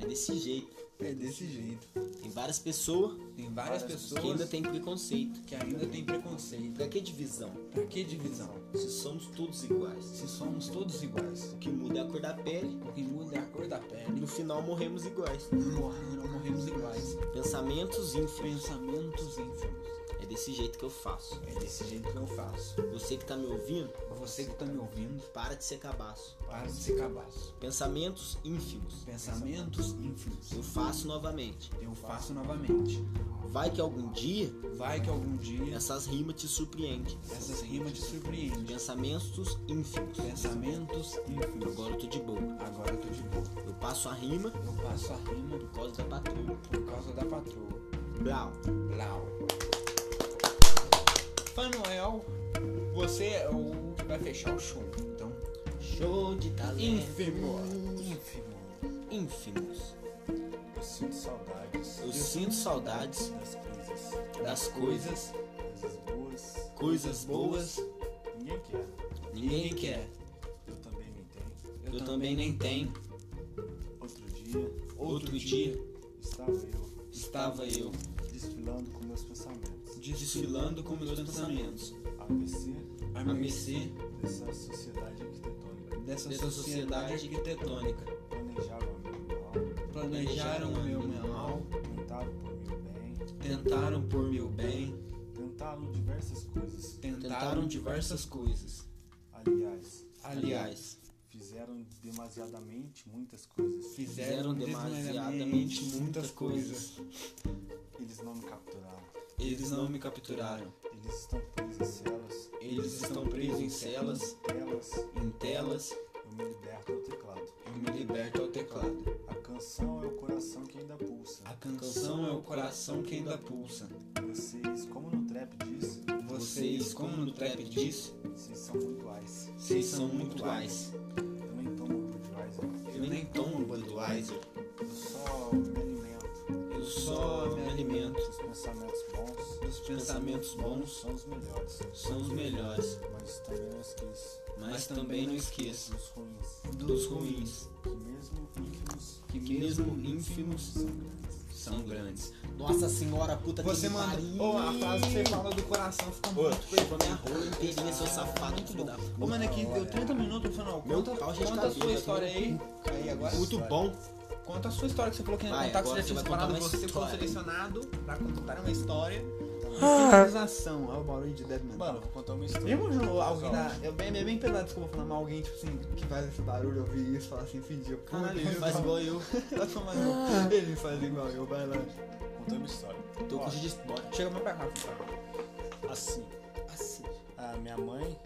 É desse jeito. É desse jeito. Tem várias pessoas Tem várias que ainda pessoas têm preconceito. que ainda têm preconceito. Pra que divisão? Pra que divisão? Se somos todos iguais. Se somos todos iguais. O que muda é a cor da pele O que muda é a cor da e pele. no final morremos iguais. Morreram, morremos iguais. Pensamentos ínfimos. Pensamentos ínfimos. É desse jeito que eu faço. É desse jeito que eu faço. Você que tá me ouvindo, Você que tá me ouvindo, para de ser cabaço. para de ser cabaço. Pensamentos ínfimos. Pensamentos ínfimos. Eu faço novamente. Eu faço novamente. Vai que algum dia Vai que algum dia essas rimas te surpreendem. essas rimas te surpreendem. Pensamentos ínfimos. Pensamentos ínfimos. Agora eu tô de boa. Agora eu tô de boa. Eu passo a rima Eu passo a rima por causa da patroa. por causa da patroa. Brau. Blau. Fanuel, você é o que vai fechar o show, então. Show de talento. Ínfimo. Hum. Ínfimo. Ínfimos. Eu sinto saudades Eu sinto saudades das coisas. das coisas. Coisas Coisas Coisas boas. boas. Ninguém quer. Ninguém quer. Eu também nem tenho. Eu também nem tenho. Outro dia Outro dia estava eu estava eu desfilando com meus pensamentos. desfilando com meus pensamentos. A ABC A mercê ABC dessa sociedade arquitetônica. dessa dessa sociedade sociedade arquitetônica. Planejaram o meu mal, que planejaram o meu mal, tentaram por meu bem, tentaram por meu bem, tentaram diversas coisas. tentaram diversas coisas. Aliás, Aliás, fizeram fizeram demasiadamente muitas coisas. Fizeram demasiadamente muitas coisas. Eles não me capturaram. Eles não me capturaram. Eles estão presos em celas. Eles estão presos em celas, Telas, em telas, eu me liberto ao teclado. eu me liberto ao teclado. A canção é o coração que ainda pulsa. A canção é o coração que ainda pulsa. Vocês, como no trap diz, Vocês, como no trap diz, vocês são pontuais. vocês são muito ais. Eu nem tomo Budweiser. Eu nem tomo Budweiser, Eu só me alimento. eu só me alimento Os pensamentos bons dos pensamentos bons, são os melhores. são os melhores. Mas também não esqueço Mas também não esqueça dos ruins. dos ruins, Que mesmo ínfimos que mesmo ínfimos são grandes. são grandes. Nossa senhora puta Você que manda. pariu. Ô, a frase que você fala do coração fica muito perfeita. Minha rola inteirinha, seu safado, filho da Ô, mano, aqui deu 30 minutos falando. Conta, pau já conta tá a sua vivo, história aí. Aí agora. Muito bom. Conta a sua história que você falou que ia Vai, contar, que agora você já tinha você vai separado. contar uma Você foi história. selecionado pra contar uma história. Finalização. Olha é o barulho de Deadman. Mano, eu vou contar uma história. Mesmo no- alguém na. É bem, é bem pesado isso que eu vou falar, mas alguém, tipo assim, que faz esse barulho, ouvir isso, falar assim, fingiu. Caralho, ele faz igual eu. Tá tomando. Ele faz igual eu, vai lá. Contar uma história. Tô Ó, com de história. Chega mais pra cá, por favor. Assim, Assim. a minha mãe.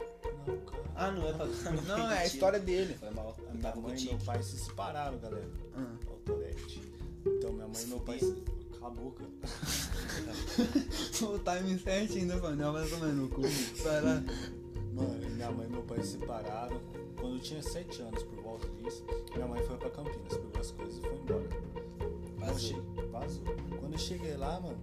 Não, cara. Ah, não é pra. Não, é a história dele. Foi mal. A Eu minha tava mãe e contigo. meu pai se separaram, galera. Ah. Ó, o Tourette. Então minha mãe e meu pai. se- Cala a boca. O time certinho ainda, mano. Não, vai tomar no cu. Vai lá. Mano, minha mãe e meu pai se separaram. Quando eu tinha 7 anos, por volta disso, minha mãe foi pra Campinas, pegou as coisas e foi embora. Vazou. Eu che- Vazou. Quando eu cheguei lá, mano,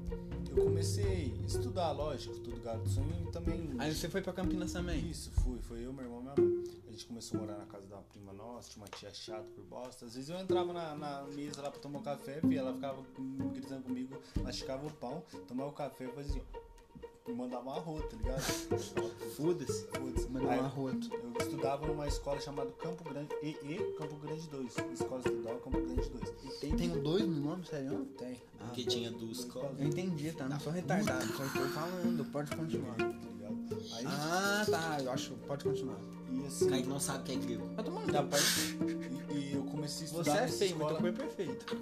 eu comecei a estudar, lógico, tudo garoto sonho e também. Aí você foi pra Campinas também. Isso, fui. Foi eu, meu irmão e minha mãe. A gente começou a morar na casa da prima nossa, tinha uma tia chata por bosta. Às vezes eu entrava na, na mesa lá pra tomar um café, e ela ficava com- gritando comigo, masticava o pão, tomava o café e fazia. Me mandava uma rua, tá ligado? Eu ficava puto, Foda-se. putz. Mandou Aí um arroto. Eu estudava numa escola chamada Campo Grande EE Campo Grande 2. Escola Estadual Campo Grande 2. Tem, tem dois no nome, sério? Tem. Porque tinha duas colas. Eu entendi, tá? Não sou retardado, só estou falando. Pode continuar. Tá ligado? Aí, Ah, tá. Eu acho. Pode continuar. e assim, Kaique não sabe o que é grego. Vai tomar no da cu. parte. E, e eu comecei a estudar Você é nessa feio, mas escola. teu corpo é perfeito.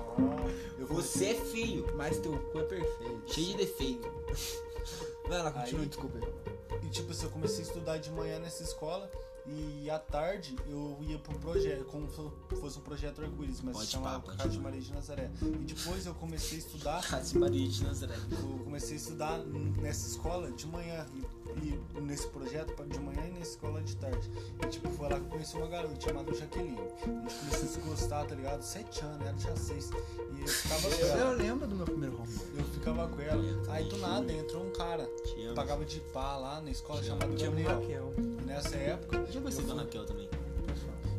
Ah, eu comecei- Você é feio, Mas teu corpo é perfeito. cheio de defeito. Vai lá, continua, Aí- desculpa. aí. E tipo assim, eu comecei a estudar de manhã nessa escola e à tarde eu ia pro projeto, como se fosse um projeto arco-íris, mas Pode se chamava pá, pode Rádio pá. Maria de Nazaré. E depois eu comecei a estudar, Rádio Maria Ah, de Nazaré. eu comecei a estudar nessa escola de manhã e, e nesse projeto pra- de manhã e nessa escola de tarde. E tipo, foi lá que eu conheci uma garota chamada Jaqueline. A gente começou a se gostar, tá ligado? Sete anos, ela tinha seis. E eu ficava com Eu ela. lembro do meu primeiro home. Eu ficava com ela. Aí do nada entrou um cara. Te amo. Pagava de pá lá na escola chamado Tinha Gabriel. Raquel. E nessa época, Já eu gostei da fui, Raquel também.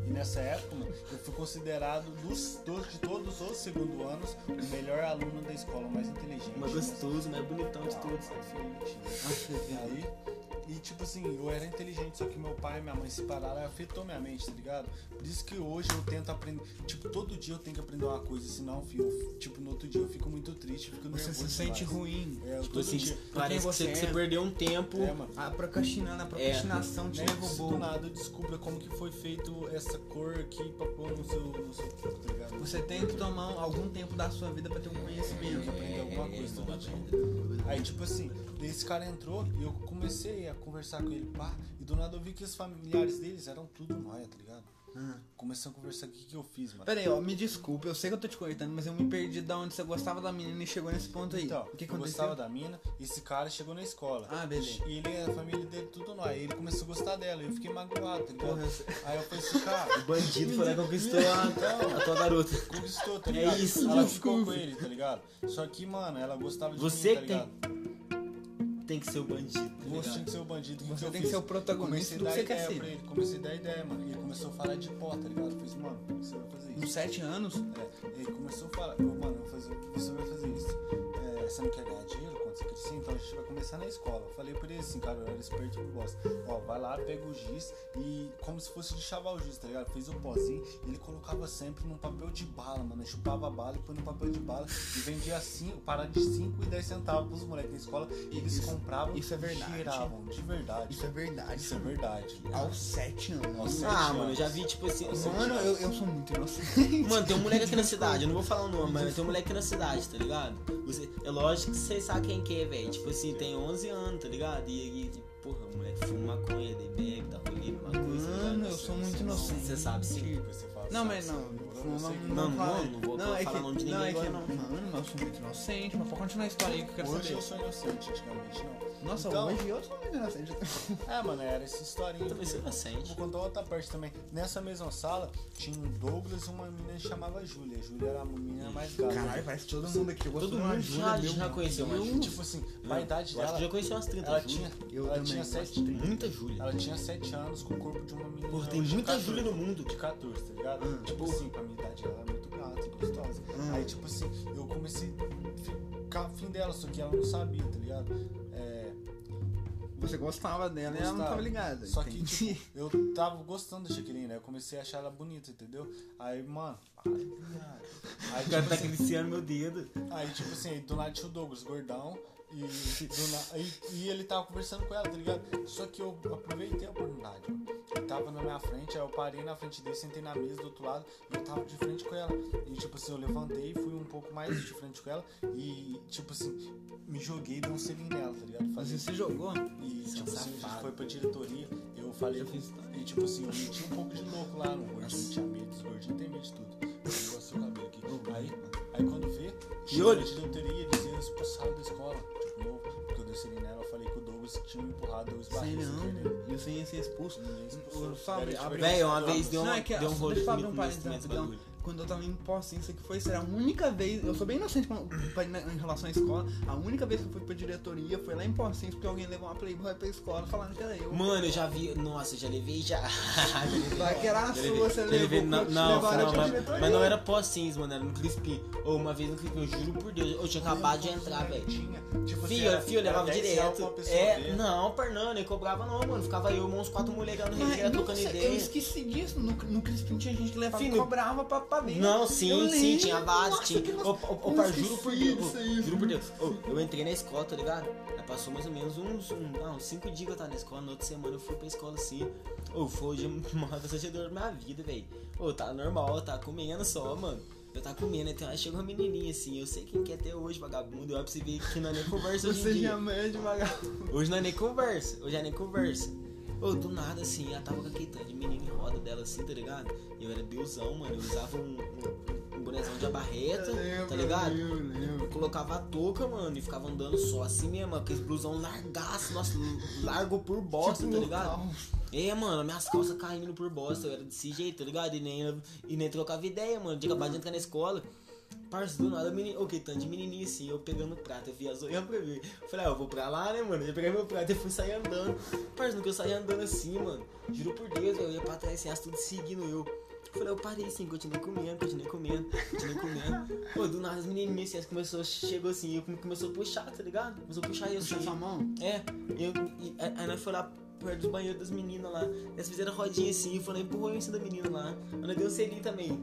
e nessa época, mano, eu fui considerado dos, dos- de todos os segundo anos o melhor aluno da escola, o mais inteligente. Mas gostoso, mas é bonitão de Ah, todos. mas foi Nossa, Aí, e tipo assim, eu era inteligente, só que meu pai e minha mãe se pararam e afetou minha mente, tá ligado? Por isso que hoje eu tento aprender. Tipo, todo dia eu tenho que aprender uma coisa, senão, filho, eu- tipo, no outro dia eu fico muito triste, fico Você nervoso. se sente demais. ruim. É, eu Tipo todo assim, dia. parece que você você, que você é. perdeu um tempo. É, mano. A procrastinando, a procrastinação te Né? derrubou. Do nada eu descubra como que foi feito essa cor aqui pra pôr no seu, no seu corpo, tá ligado? Você tem que tomar um, algum tempo da sua vida pra ter um conhecimento. aprender alguma É, coisa mano, todo dia. aprenda. Aí, tipo assim, esse cara entrou e eu comecei a conversar com ele, pá, e do nada eu vi que os familiares deles eram tudo nóia, tá ligado? Ah. Começando a conversar, o que que eu fiz, mano? Pera aí, Ah, ó, me desculpa, eu sei que eu tô te cortando, mas eu me perdi da onde você gostava da menina e chegou nesse ponto aí. Então, o que eu aconteceu? gostava da mina, esse cara chegou na escola. Ah, beleza. E ele, a família dele, tudo nóia. Ele começou a gostar dela, eu fiquei magoado, tá ligado? Porra, eu- Aí eu pensei, cara, Então, Bandido foi lá e conquistou ah, tá." a, a tua garota. conquistou, tá É ligado? isso, ela desculpa. ficou com ele, tá ligado? Só que, mano, ela gostava de Você mim, tá que tem- ligado? Tem que ser o bandido. tá Você ligado? tinha que ser o bandido. o que Você eu tem que fiz? ser o protagonista Comecei a do que dar você ideia quer pra ser. ele, comecei a dar ideia, mano. E ele começou a falar de pó, tá ligado? Eu falei, assim, mano, você vai fazer Com isso. sete anos? É, ele começou a falar, eu, mano, eu vou fazer o que você vai fazer isso. É, você não quer ganhar dinheiro com anos. Ele disse, então a gente vai começar na escola. Eu Falei pra ele assim, cara, eu era esperto por bosta. Ó, vai lá, pega o giz e como se fosse de chaval o giz, tá ligado? Fez o pozinho e ele colocava sempre num papel de bala, mano. Eu chupava a bala e põe no papel de bala e vendia cinco, parada de 5 e 10 centavos pros moleques na escola. E eles Isso- compravam isso é verdade. e tiravam, de verdade. Isso é verdade. Isso é verdade. Aos sete anos. Aos sete Ah, anos. mano, eu já vi, tipo assim. Mano, eu, eu sou muito inocente. Mano, tem um moleque aqui na cidade, eu não vou falar o nome, mas tem um moleque aqui na cidade, tá ligado? Você- é lógico que vocês sabem quem que é, velho. Tipo assim, tem 11 anos, tá ligado? E, e e, porra, o moleque fuma maconha, daí bebe, tá rolê, uma coisa. tá Mano, ligado? eu sou muito inocente. Você sabe sim. Você fala, Não, sabe, mas sabe, não. eu Não, sei que- não, Não, não, fala. não, não vou é falar que- nome de não, ninguém é que, agora, não. Mano, mas eu sou muito inocente, mas pode continuar a história aí que eu quero Hoje eu saber. sou inocente, antigamente não. Nossa, Então- hoje eu sou muito inocente. Ah, mano, era essa historinha. Também sou inocente. Vou contar outra parte também. Nessa mesma sala tinha um Douglas e uma menina que chamava Júlia. Júlia era a menina mais gata. Caralho, parece que todo mundo aqui gostou Todo de uma mundo ajuda, já, meu. já conheceu uma Júlia. Tipo assim, na idade Eu acho dela, que já conheci umas 30 ela Júlia. tinha, Eu ela também tinha gosto sete, de Muita Júlia. ela tinha 7 anos com o corpo de uma menina. Porra, tem de muita 14. Júlia no Ah. mundo. tipo, de 14, tá ligado? Hum. Tipo assim, pra minha idade ela é muito gata e gostosa. Ah. Hum. Aí, tipo assim, eu comecei a ficar afim dela, só que ela não sabia, tá ligado? É, Você gostava dela e ela não Gostava. tava ligada. Só que, entendi. tipo, eu tava gostando da Jaqueline, né? Eu comecei a achar ela bonita, entendeu? Aí, mano. ai, viado. Aí, O cara tipo tá assim, criciando meu dedo. aí, tipo assim, aí do nada tinha o Douglas, gordão. E, do na- e, e ele tava conversando com ela, tá ligado? Só que eu aproveitei a oportunidade, mano. Ele tava na minha frente, aí eu parei na frente dele, sentei na mesa do outro lado, e eu tava de frente com ela. E tipo assim, eu levantei, fui um pouco mais de frente com ela, e tipo assim, me joguei e dei um selinho nela, tá ligado? Mas Fazia você se jogou? e Você é um tipo assim, a gente safado. foi pra diretoria, eu falei. Eu fiz também. E tipo assim, eu meti um pouco de louco lá no gordinho, tinha medo, os gordinhos tem medo de tudo. Eu gosto do seu cabelo aqui. Aí, aí quando vê, chegou olha- na diretoria, eles iam expulsar da escola. Tipo, novo, porque eu desci nela, eu falei que o Douglas tinha me empurrado, eu Sei esbarrei. sem querer. não. E eu sem ser expulso. Ninguém expulsou. Eu só abri- Era, tipo, abri- Velho, uma Douglas. vez deu, Não, uma, é que, deu um deixa rolê eu abrir um comigo nesse- parênteses nesse rapidão. bagulho. Quando eu tava em posse, isso aqui foi ser a única vez. Eu sou bem inocente com- pra- né, em relação à escola. A única vez que eu fui pra diretoria foi lá em Pocinhos, porque alguém levou uma Playboy pra escola falando que era eu. Mano, eu já vi. Nossa, eu já levei já. Já levei- Vai que era a já sua, você já levou, Não, te não, levaram não, pra mas, diretoria. mas não é- era pós-cins, mano, era no Crispim. Ou uma vez no Crispim, eu juro por Deus, eu tinha acabado de entrar, velho. Tinha, Tipo, assim, Fio, era- fio, eu era levava 10 real pra direto. uma pessoa É, ver. não, Fernando, nem cobrava não, mano. Ficava eu, uns quatro moleques lá no Mas, recreio trocando nossa, eu ideia. esqueci disso. No, no Crispim tinha gente que levava Filho, cobrava pra, pra ver. Não, sim, Eu sim, lembro. tinha base, Nossa, tinha. que nossa- Ô, ô, ô, eu par, esqueci juro por Deus, disso ô, aí. juro por Deus. Ô, eu entrei na escola, tá ligado? Aí passou mais ou menos uns, um- ah, uns cinco dias que eu tava na escola, na outra semana eu fui pra escola assim. Ô, foi o dia mais assustador da minha vida, velho. Ô, tá normal, tá comendo só, mano. Eu tava comendo, então aí chegou uma menininha assim, eu sei quem que é até hoje, vagabundo, eu pra você ver que não é nem conversa hoje em Você dia. já é devagar. Hoje não é nem conversa, hoje é nem conversa. Ô, do nada, assim, ela tava com a Keitana de menino em roda dela, assim, tá ligado? E eu era deusão, mano, eu usava um, um, um bonezão de abarreta, Eu lembro, tá ligado? Eu lembro. Eu colocava a touca, mano, e ficava andando só assim mesmo, aqueles blusão largaço, nossa, largo por bosta, Tipo, tá ligado? calma. É, mano, minhas calças caindo por bosta, eu era desse jeito, tá ligado? E nem, e nem trocava ideia, mano, de acabar de entrar na escola. Parça, do nada, menino, ok, tanto de menininha assim, eu pegando o prato, eu vi as olhando pra mim. Falei, ah, eu vou pra lá, né, mano? Eu peguei meu prato e fui sair andando. Parça, no que eu saí andando assim, mano, juro por Deus, eu ia pra trás assim, as tudo seguindo eu. Falei, eu parei assim, continuei comendo, continuei comendo, continuei comendo. Pô, do nada as menininhas assim, elas começou, chegou assim, eu começou a puxar, tá ligado? Começou a puxar e eu Puxa saí. sua mão. É, eu, e, a- aí nós foi lá perto do banheiro das meninas lá. Elas fizeram rodinha assim, foi lá e empurrou eu em cima da menina lá. Mas nós deu um selinho também.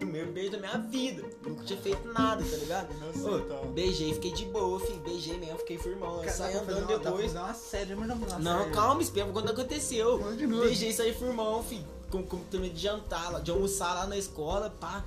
Primeiro beijo da minha vida. Nunca tinha feito nada, tá ligado? Inocentão. Ô, beijei, fiquei de boa, fi. Beijei mesmo, fiquei firmão. Eu saí andando depois. então. Dá um uma série, mas não vou dar uma Não, série. calma, espera quando aconteceu. Continua. Beijei, saí firmão, fi. Com, com também de jantar, lá, de almoçar lá na escola, pá.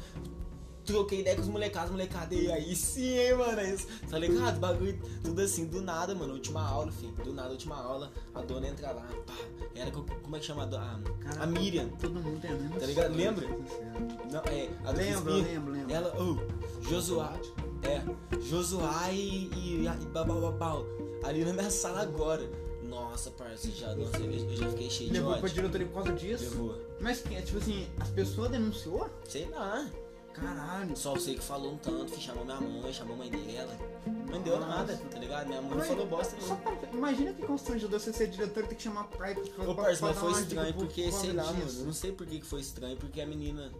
Troquei ideia com os molecados, molecada. E aí sim, hein, mano. É isso. Tá ligado? Bagulho, tudo assim, do nada, mano. Última aula, fi. Do nada, última aula, a dona entra lá, pá. Era co- como é que chama a dona? A, a Miriam. Todo mundo tem a mesma Tá ligado? série, Lembra? meu Deus do céu. Não, é, a do Lembro, Crispim. lembro, lembro. Ela, oh, Josuá. É, Josuá e, e, e babababau. Ali na minha sala agora. Nossa, parça, já, nossa, eu, eu já fiquei cheio Levou de pra ódio. diretoria por causa disso? Levou. Mas, que é, tipo assim, as pessoas denunciou? Sei lá. Caralho. Só sei que falou um tanto, fi, chamou minha mãe, chamou a mãe dela. Não deu Nossa. nada, tá ligado? Minha mãe não Mas- falou bosta Só não. pra, imagina que constrangedor você ser diretor e tem que chamar pai pra, pra, Ô, parça, pra mas dar foi uma tipo, dica estranho pro- porque, pro sei lá, Abdias. mano, eu não sei por que que foi estranho, porque a menina,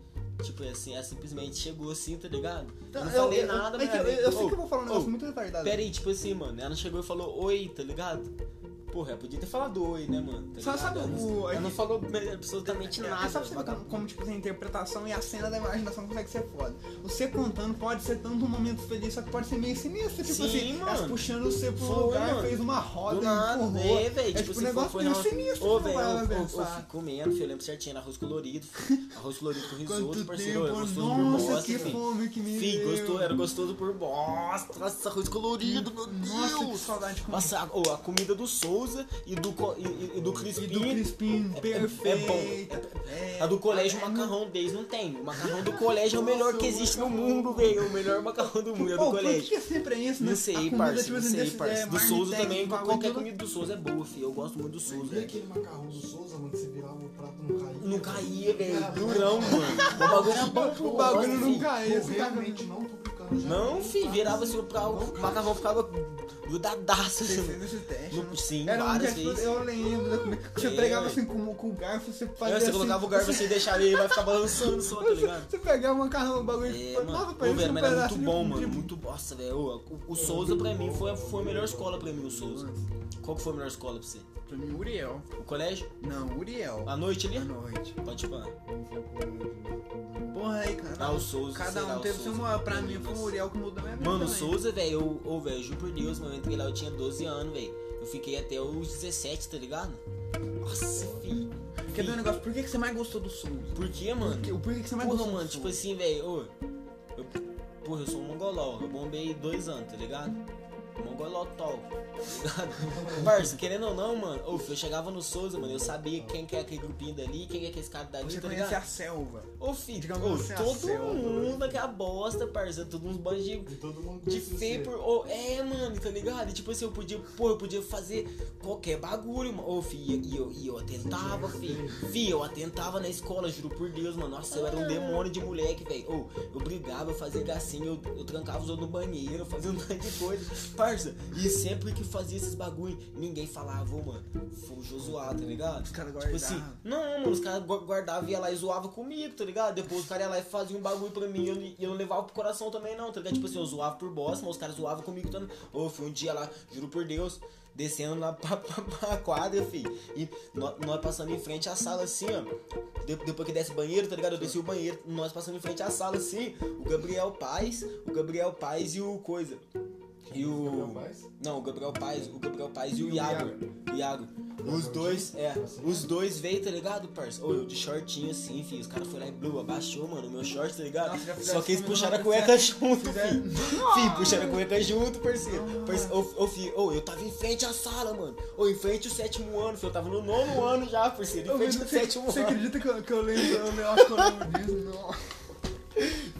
tipo assim, ela simplesmente chegou assim, tá ligado? Eu Tá, não eu- falei eu- nada, é mas que eu, eu, eu sei Ô, que eu vou falar um negócio ô, muito retardado. Pera aí, tipo assim, mano, ela não chegou e falou oi, tá ligado? Porra, ela podia ter falado oi, né, mano? Tá Só ligado? sabe ela, não- o- ela não aqui- falou absolutamente É, nada. Sabe você como, vagabundo. como tipo, tem a interpretação e a cena da imaginação consegue ser foda. Você contando pode ser tanto um momento feliz, só que pode ser meio sinistro. Tipo Sim, assim, elas mano. puxando você pro Foi, lugar, mano. fez é uma roda Do e nada, empurrou. né, velho? É tipo um assim, negócio meio na- sinistro Ô, pra velho, parar eu, pra eu, eu pensar. fico comendo, filho, eu lembro certinho, era arroz colorido, filho. Arroz colorido com risoto, parceiro, era gostoso por Nossa, bosta, que filho. fome que me assim. Fih, deu. gostoso, era gostoso por bosta. Nossa, arroz colorido, meu Nossa, que Deus. saudade de comer. Nossa, a, ô, a comida do Souza e do, co- e, e- e do E Crispim. do Crispim, é- é perfeito. É- A do colégio, é- o macarrão deles não tem. O macarrão do colégio é o melhor que existe no mundo, velho. O melhor macarrão do mundo é do Pô, por que colégio. que sempre é isso, né? Não A sei, comida, parça. tipo Não assim, sei, desse- é, parça. Do marmitex, Souza também, bagulho qualquer todo- comida do Souza é boa, filho. Eu gosto muito do Souza, E velho. aquele macarrão do Souza, mano, que você virava o prato não caía. Não caía, velho. Ah, Durão, mano. O bagulho era bom. O bagulho não filho. caía, Eu esse realmente Ah, não tô brincando. já Não, vi fi, pratos virava assim, assim o pra- não o caía. macarrão ficava grudadaço. Você assim, fez mano. esse teste? No- né? sim, Era um várias teste, vezes. Eu lembro da comida. Você É, pegava ué. assim com, com o garfo, você fazia Aí Você assim, colocava o garfo assim e deixava ele, vai ficar balançando só, tá Você, ligado? você pegava um macarrão, o bagulho. É, foi- mano. Pô, parecia velho, um mas era muito pedacinho de- bom, mano. de- Muito bosta, velho. Ô, O, o Souza pra mim foi, foi a melhor escola pra mim, o Souza. Qual que foi a melhor escola pra você? Pra mim, Uriel. O colégio? Não, Uriel. À noite ali? À noite. Pode ir pra lá. Porra aí, cara. Ah, o Souza, Cada sei lá, um o teve seu Souza. assim. maior. Pra mim, foi o Uriel que mudou minha vida. Mano, o também. Souza, velho, eu, eu, velho, juro por Deus, mano, eu entrei lá, eu tinha 12 anos, velho. Eu fiquei até os 17, tá ligado? Nossa, filho. Quer ver um negócio? Por que que você mais gostou do Souza? Por quê, mano? Que- Por que que você mais Porra, gostou? mano, do tipo Souza? assim, velho, ô, eu, porra, eu sou um mongolol, eu bombei dois anos, tá ligado? Mongolol tal, tá ligado? Parça, querendo ou não, mano, ô, eu chegava no Souza, mano, eu sabia quem que é aquele grupinho dali, quem que é aquele cara dali, Você tá conhece a ligado? selva. Ô, filho, Digamos ô, assim, a todo selva, né? mundo aqui é a bosta, parça, todo uns bandos de E todo mundo de conhecia feio você. por. ô, é, mano, tá ligado? E, tipo assim, eu podia. Pô, eu podia fazer qualquer bagulho, mano. Ô, fi, e eu, e eu atentava, fi. Fi, eu atentava na escola, juro por Deus, mano. Nossa, eu era um demônio de moleque, velho. Ô, eu brigava, eu fazia gracinha, eu, eu trancava os outros no banheiro, eu fazia um tanto de coisa. Parça, e sempre que eu fazia esses bagulho, ninguém falava, ô, mano. Foi o Josuá, tá ligado? Os caras Tipo assim, guardavam. não, mano, os caras gua- guardavam e ia lá e zoavam comigo, tá ligado? Depois os caras iam lá e faziam um bagulho pra mim e eu, não- e eu não levava pro coração também, não, tá ligado? Tipo assim, eu zoava por bosta, mas os caras zoavam comigo também. Ô, fui um dia lá, juro por Deus, descendo lá pra, pra, pra quadra, fi. E nó- nós, passando em frente à sala assim, ó. De- depois que desce o banheiro, tá ligado? Eu desci o banheiro, nós passando em frente à sala assim. O Gabriel Paz, o Gabriel Paz e o Coisa. E o. Gabriel Paz? Não, o Gabriel Paz, o Gabriel Paz e o o Iago. Iago. O Iago. Os dois, é, os dois veio, tá ligado, parça? Ou eu de shortinho assim, filho. Os caras foram lá e blue, abaixou, mano, o meu short, tá ligado? Nossa, já fizeram Só que eles isso comigo, puxaram a não, cueca junto, fizeram- filho. Fih, puxaram a cueca junto, parceiro. Parce- Ô, ô, filho, ô, eu tava em frente à sala, mano. Ou em frente ao sétimo ano, filho. Eu tava no nono ano já, parceiro. Em Eu frente lembro- ao Você sétimo você ano. acredita que eu, que eu lembro? Eu lembro, acho que eu lembro disso. Nossa.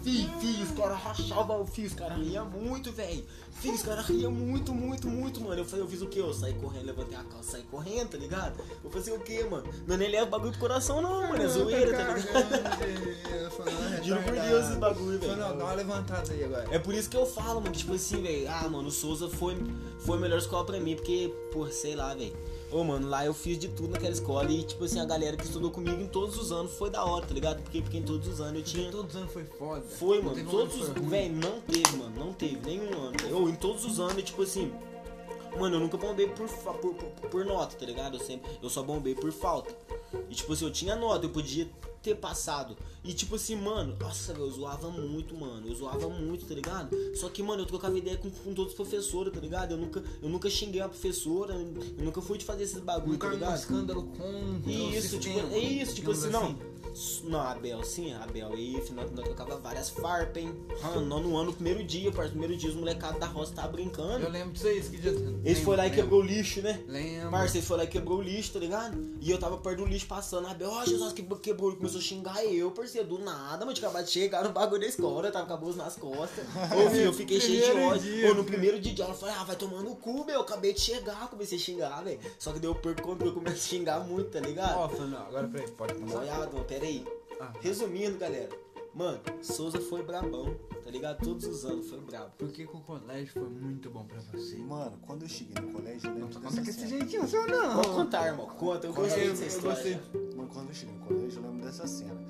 Fih, fih, os caras rachavam, fih, os caras riam muito, velho. Fih, os caras riam muito, muito, muito, mano. Eu falei, eu fiz o quê? Eu saí correndo, levantei a calça, saí correndo, tá ligado? Eu fazer o quê, mano? Não é nem leva bagulho pro coração, não, mano. É zoeira, tá ligado? Juro por Deus esse bagulho, velho. Não, dá uma levantada aí agora. É por isso que eu falo, mano, que, tipo assim, velho. Ah, mano, o Souza foi, foi a melhor escola pra mim, porque, por sei lá, velho. Ô, mano, lá eu fiz de tudo naquela escola e, tipo assim, a galera que estudou comigo em todos os anos foi da hora, tá ligado? Porque, porque em todos os anos eu tinha. Todos os anos foi foda. Foi, mano. Teve um Todos ano os. que foi ruim. Véi, não teve, mano. Não teve nenhum ano. velho. Ou em todos os anos, tipo assim. Mano, eu nunca bombei por, fa- por, por- por nota, tá ligado? Eu, sempre, eu só bombei por falta. E tipo assim, eu tinha nota, eu podia ter passado. E tipo assim, mano, nossa, velho, eu zoava muito, mano. Eu zoava muito, tá ligado? Só que, mano, eu trocava ideia com, com todos os professores, tá ligado? Eu nunca, eu nunca xinguei a professora, eu nunca fui de fazer esses bagulho, Nunca tá um ligado? escândalo com um E o Isso, tipo, sistema, é isso, tipo digamos assim, não. Não, Abel, sim, Abel. E final nós tocava várias farpas, hein? Ah, nono ano, primeiro dia, parceiro. Primeiro dia, os molecados da roça tava Eu brincando. lembro disso aí, isso que dia. Eles foram lá e quebrou o lixo, né? Lembro. Parça, eles foram lá e quebrou o lixo, tá ligado? E eu tava perto do lixo passando, Abel, ó, Jesus, que quebrou, ele começou a xingar eu, parceiro, do nada, mano, de acabar de chegar no bagulho da escola, eu tava com a bolsa nas costas. Ô, filho, eu fiquei cheio de Primeiro ódio. dia, Ô, no primeiro dia de aula, eu falei, ah, vai tomar no cu, meu, eu acabei de chegar, comecei a xingar, velho. Só que deu perco quando eu comecei a xingar muito, tá ligado? Ó, Fernando, agora peraí, pode tomar. Molhado, mano, peraí. Ah. Resumindo, galera. Mano, Souza foi brabão, tá ligado? Todos os anos foi brabo. Por que que o colégio foi muito bom pra você? Mano, quando eu cheguei no colégio, eu lembro dessa Não conta que esse cena. jeitinho é seu não. Pode contar, irmão. Conta, eu gostei Eu- dessa eu história. gostei. Mano, quando eu cheguei no colégio, eu lembro dessa cena.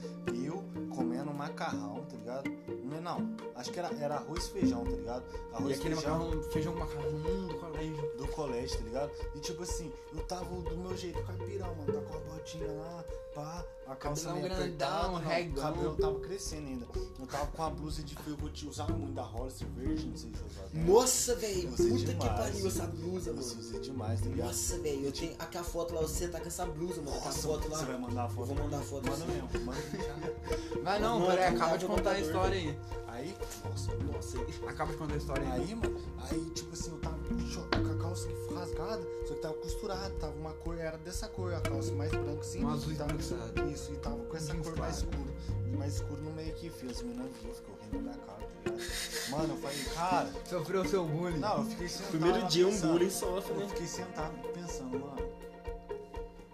Eu comendo macarrão, tá ligado? Não é não. Acho que era, era arroz e feijão, tá ligado? E Arroz aquele macarrão, feijão com macarrão do colégio. do colégio, tá ligado? E tipo assim, eu tava do meu jeito caipirão, mano. Tá com a botinha lá, pá, a calça Cabelão meio grandão, apertada. não, regão. O cabelo tava crescendo ainda. Eu tava com a blusa de fio que eu tinha usado muito da Hollister Virgin, não sei se eu usava. até. Nossa, velho. Eu Puta usei que demais. pariu essa blusa, Eu mano. usei demais, tá ligado? Nossa, velho. Eu tenho aquela foto lá. Você tá com essa blusa, mano. Aquela Nossa, foto lá. Você vai mandar a Eu foto? vou mandar a foto. Manda assim. mesmo, manda já. Vai não, Não, peraí, não, acaba não, de não, contar a não, história aí. Aí, nossa, Nossa, aí. Acaba de contar a história aí. Aí, mano, aí tipo assim, eu tava cho- com a calça rasgada, só que tava costurada, tava uma cor, era dessa cor, a calça mais branca assim. Um azul tava, esbranquiçado. Isso, e tava com essa Jeans cor mais claro. escura. Mais escura no meio que fez, as meninas viu, ficou rindo da minha cara, tá ligado? Mano, eu falei, cara, Sofreu seu bullying. não, eu fiquei sentado. Primeiro lá dia um pensando. bullying sofre, Eu né? fiquei sentado pensando, mano,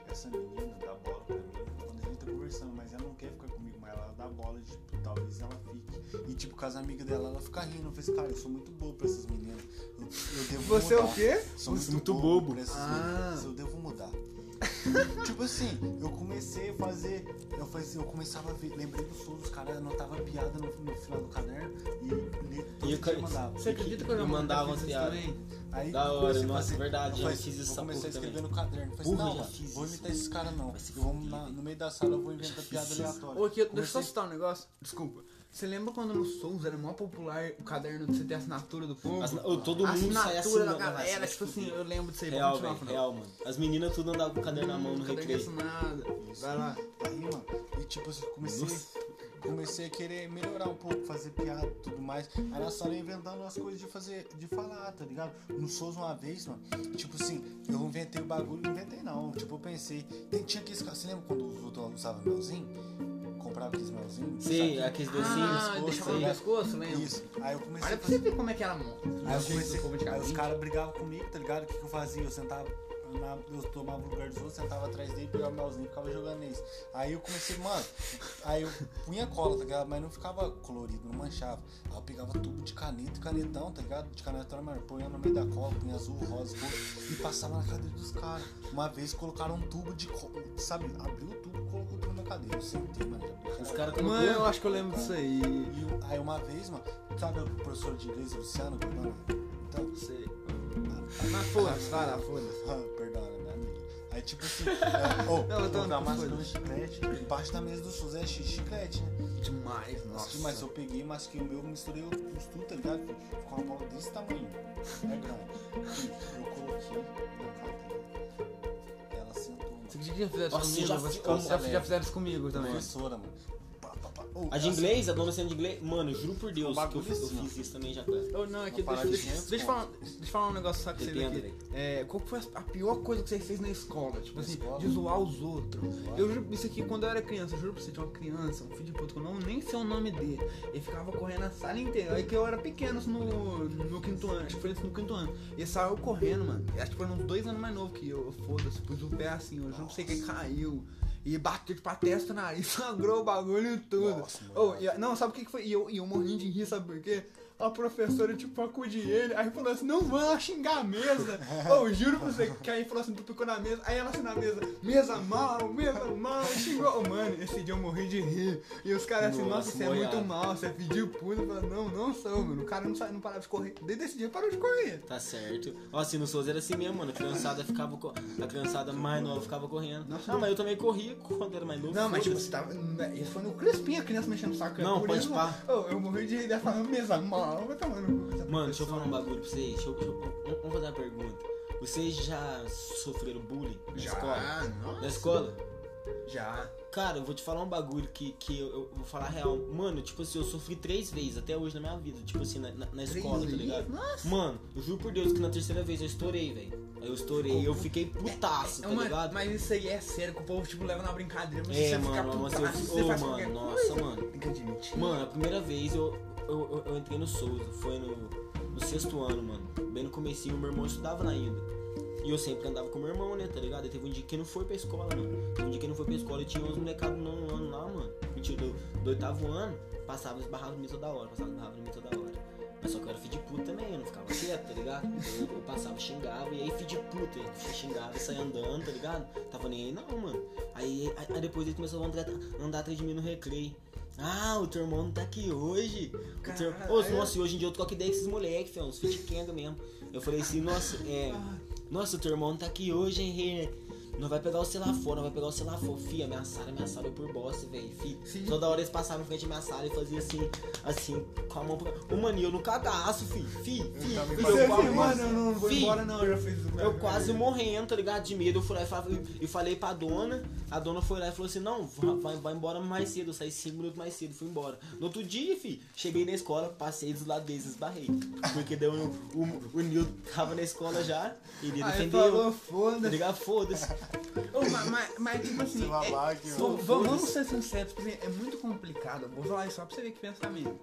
essa menina dá bola pra mim, quando a gente tá conversando, mas ela não quer ficar comigo, mas ela dá bola, tipo, talvez ela fique. E tipo, com as amigas dela, ela fica rindo. Eu falei, assim, cara, eu sou muito bobo pra essas meninas. Eu, eu devo Você é mudar. o quê? Sou Você muito, é muito bobo, bobo. pra essas Ah. meninas. Eu devo mudar. tipo assim, eu comecei a fazer. Eu, fazia, eu começava a ver, lembrei do Souza, os caras anotavam piada no, no final do caderno e lê todo E eu dia ca- mandava. Você acredita que eu já Eu mandava fiz isso piada. também? Aí Da eu hora, comecei a nossa, fazer- verdade, eu eu falei, fiz essa Eu comecei a porra escrever também. no caderno. Eu falei, Porra, não, eu já mano, fiz vou isso, imitar esse cara não. Vai se Eu vou fuder, na- velho. no meio da sala, eu vou inventar já piada fiz isso. aleatória. Ô, aqui, deixa eu só Comecei- citar um negócio. Desculpa. Você lembra quando no Souza era mó popular o caderno de você ter assinatura do povo? Assina- ô, todo mundo sai assinatura da assinando, galera, vai se tipo assim, fuder. eu lembro disso aí. Real, vamos continuar velho. falando. Real, mano. As meninas tudo andavam com o caderno na mão no Caderno recreio. assinado. Isso. Vai lá. Aí, mano, e tipo, eu comecei, Nossa. comecei a querer melhorar um pouco, fazer piada e tudo mais. Aí nós só inventando as coisas de fazer, de falar, tá ligado? No Souza uma vez, mano, tipo assim, eu inventei o bagulho, não inventei não. Tipo, eu pensei, tem, tinha aqueles caras, você lembra quando os outros usavam melzinho? Comprava aqueles melzinhos? Sim, sabe? aqueles docinhos. Ah, pescoço, deixava no né? pescoço, lembra? Isso. Aí eu comecei Olha a pra você ver como é que era monta. Aí, eu um comecei- aí os caras brigavam comigo, tá ligado? O que, que eu fazia? Eu sentava, na, eu tomava o lugar dos outros, sentava atrás dele, pegava o melzinho e ficava jogando neles. Aí eu comecei, mano, aí eu punha cola, tá ligado? Mas não ficava colorido, não manchava. Aí eu pegava tubo de caneta e canetão, tá ligado? De canetão, mano, punha no meio da cola, punha azul, rosa, roxo, e passava na cadeira dos caras. Uma vez colocaram um tubo de cola, sabe? Abriu o tubo e colocou tudo na cadeira. Eu sentei, mano. Os caras Mano, colocou. eu acho que eu lembro disso aí. E o- aí uma vez, mano, sabe o professor de inglês, Luciano, mano? Então, Sei. Mas foda-se, vai lá, foda-se. Ah, Perdão, era minha amiga. Aí tipo assim, é, ô, Não, eu tô- eu tava tô mascando foda. chiclete, embaixo da mesa do Suzé é chiclete, né? Demais, Nossa, nossa. mas eu peguei, masquei o meu, misturei os tudo, tá ligado? Ficou uma bola desse tamanho. É grande. E Eu coloquei na cadeira. Ela sentou, mano. Você acredita que já fizeram isso Nossa, comigo? já Eu vou fi- te contar, eu já, já- fizeram isso comigo também. Professora, mano. Pá, pá, pá. Ô, A de ela inglês, a dona sendo de inglês. Mano, juro por Deus Um que eu, bagulho fiz- eu assim, ó. fiz isso também já, cara. Ô, não, Uma aqui, deixa, parada deixa, de deixa, eu falar, deixa eu falar um negócio só que você vê Dependa, aqui. É, qual que foi a a pior coisa que você fez na escola? Tipo Na assim, escola? de zoar os outros. zoar. Eu juro, isso aqui quando eu era criança, eu juro pra você, tinha uma criança, um filho de puta que eu não nem sei o nome dele. Ele ficava correndo a sala inteira. Aí que eu era pequeno assim, no, no quinto ano, acho que foi isso no quinto ano. Ele saiu correndo, mano. Acho que foi uns dois anos mais novo que eu, foda-se, pus o pé assim, eu juro pra você que ele caiu. E bateu tipo a testa, o nariz, sangrou o bagulho e tudo. Nossa, mano. Ô, e a- não, sabe o que, que foi? E eu, e eu morrendo de rir, sabe por quê? A professora, tipo, acude ele, aí falou assim, não vão ela xingar a mesa. Ô, juro pra você, que aí falou assim, tupicou na mesa, aí ela assim na mesa, mesa mal, mesa mal, e xingou. Ô, mano, esse dia eu morri de rir. E os caras assim, nossa, Nossa, você é boiado. muito mal, você é pediu puta. Eu falei, não, não sou, mano. O cara não, sa- não parava de correr. Desde esse dia parou de correr. Tá certo. Ó, assim, no Souza era assim mesmo, mano. A criançada ficava. co- A criançada mais nova ficava correndo. Nossa. ah, mas eu também corria quando era mais novo. Não, mas tipo, foda-se. você tava. Isso foi no Crespim, a criança mexendo no saco. é Não, Por pode isso, pá. Ô, eu morri de rir, ela falando, mesa mal, vai tomar no cu. Mano, deixa eu falar um bagulho pra vocês. Deixa eu, deixa eu- vamos- vamos fazer uma pergunta. Vocês já sofreram bullying na Já, escola? nossa. Na escola? Já. Cara, eu vou te falar um bagulho que, que eu, eu vou falar a real. Mano, tipo assim, eu sofri três vezes até hoje na minha vida. Tipo assim, na, na- na escola, tá vezes? ligado? Mano, eu juro por Deus que na terceira vez eu estourei, velho. Aí eu estourei, eu fiquei putaço, tá É, Mano, ligado? Mas isso aí é sério, que o povo tipo leva na brincadeira, mas É, você fica mano, mas eu putaço, fico. você Ô, faz mano, qualquer nossa, coisa. mano. Tem que admitir. Mano, a primeira vez eu, eu, eu- eu entrei no Souza, foi no, no sexto ano, mano. Bem no comecinho, meu irmão estudava lá ainda. E eu sempre andava com meu irmão, né, tá ligado? E teve um dia que não foi pra escola, mano. Teve um dia que não foi pra escola e tinha uns molecados no nono ano lá, mano. Mentira, do, do oitavo ano, passava os barracos de mim toda hora, passava os barracos de mim toda hora. Mas só que eu era filho de puta também, eu não ficava quieto, tá ligado? Eu, eu passava, xingava, e aí filho de puta, eu xingava e saia andando, tá ligado? Tava nem aí não, mano. Aí, aí- aí depois ele começou a andar, andar atrás de mim no recreio. Ah, o teu irmão não tá aqui hoje. O teu... Caralho. Ô, nossa, e hoje em dia eu troco ideia com esses moleques, fião, uns fit kenga mesmo. Eu falei assim, nossa, é. Nossa, o teu irmão não tá aqui hoje, hein, Renner? Não vai pegar o celular fora, não vai pegar o celular fora. Fih, ameaçaram, ameaçaram eu por bosta, velho. Fih, Sim. toda hora eles passavam em frente à minha sala e faziam assim, assim, com a mão pra. Ô, mano, e eu no cagaço, fi, fi, fi. também Eu fazia Você falo viu, isso. mano, eu não vou Fih, embora não, eu já fiz o eu quase morrendo, tá ligado? De medo. Eu fui lá e fa- e falei pra dona. A dona foi lá e falou assim: Não, va- vai, vai embora mais cedo. Eu saí cinco minutos mais cedo, fui embora. No outro dia, fi, cheguei na escola, passei dos lados deles, esbarrei. Porque deu o, o, o Nil tava na escola já, e ele Aí defendeu. falou, Tá foda-se. ligado? Foda-se. Ô, mas- mas- Mas, tipo assim, Esse babaca, é- mano. Pô, Foda-se. vamos ser sinceros, porque é muito complicado. Eu Vou falar isso só pra você ver que pensamento.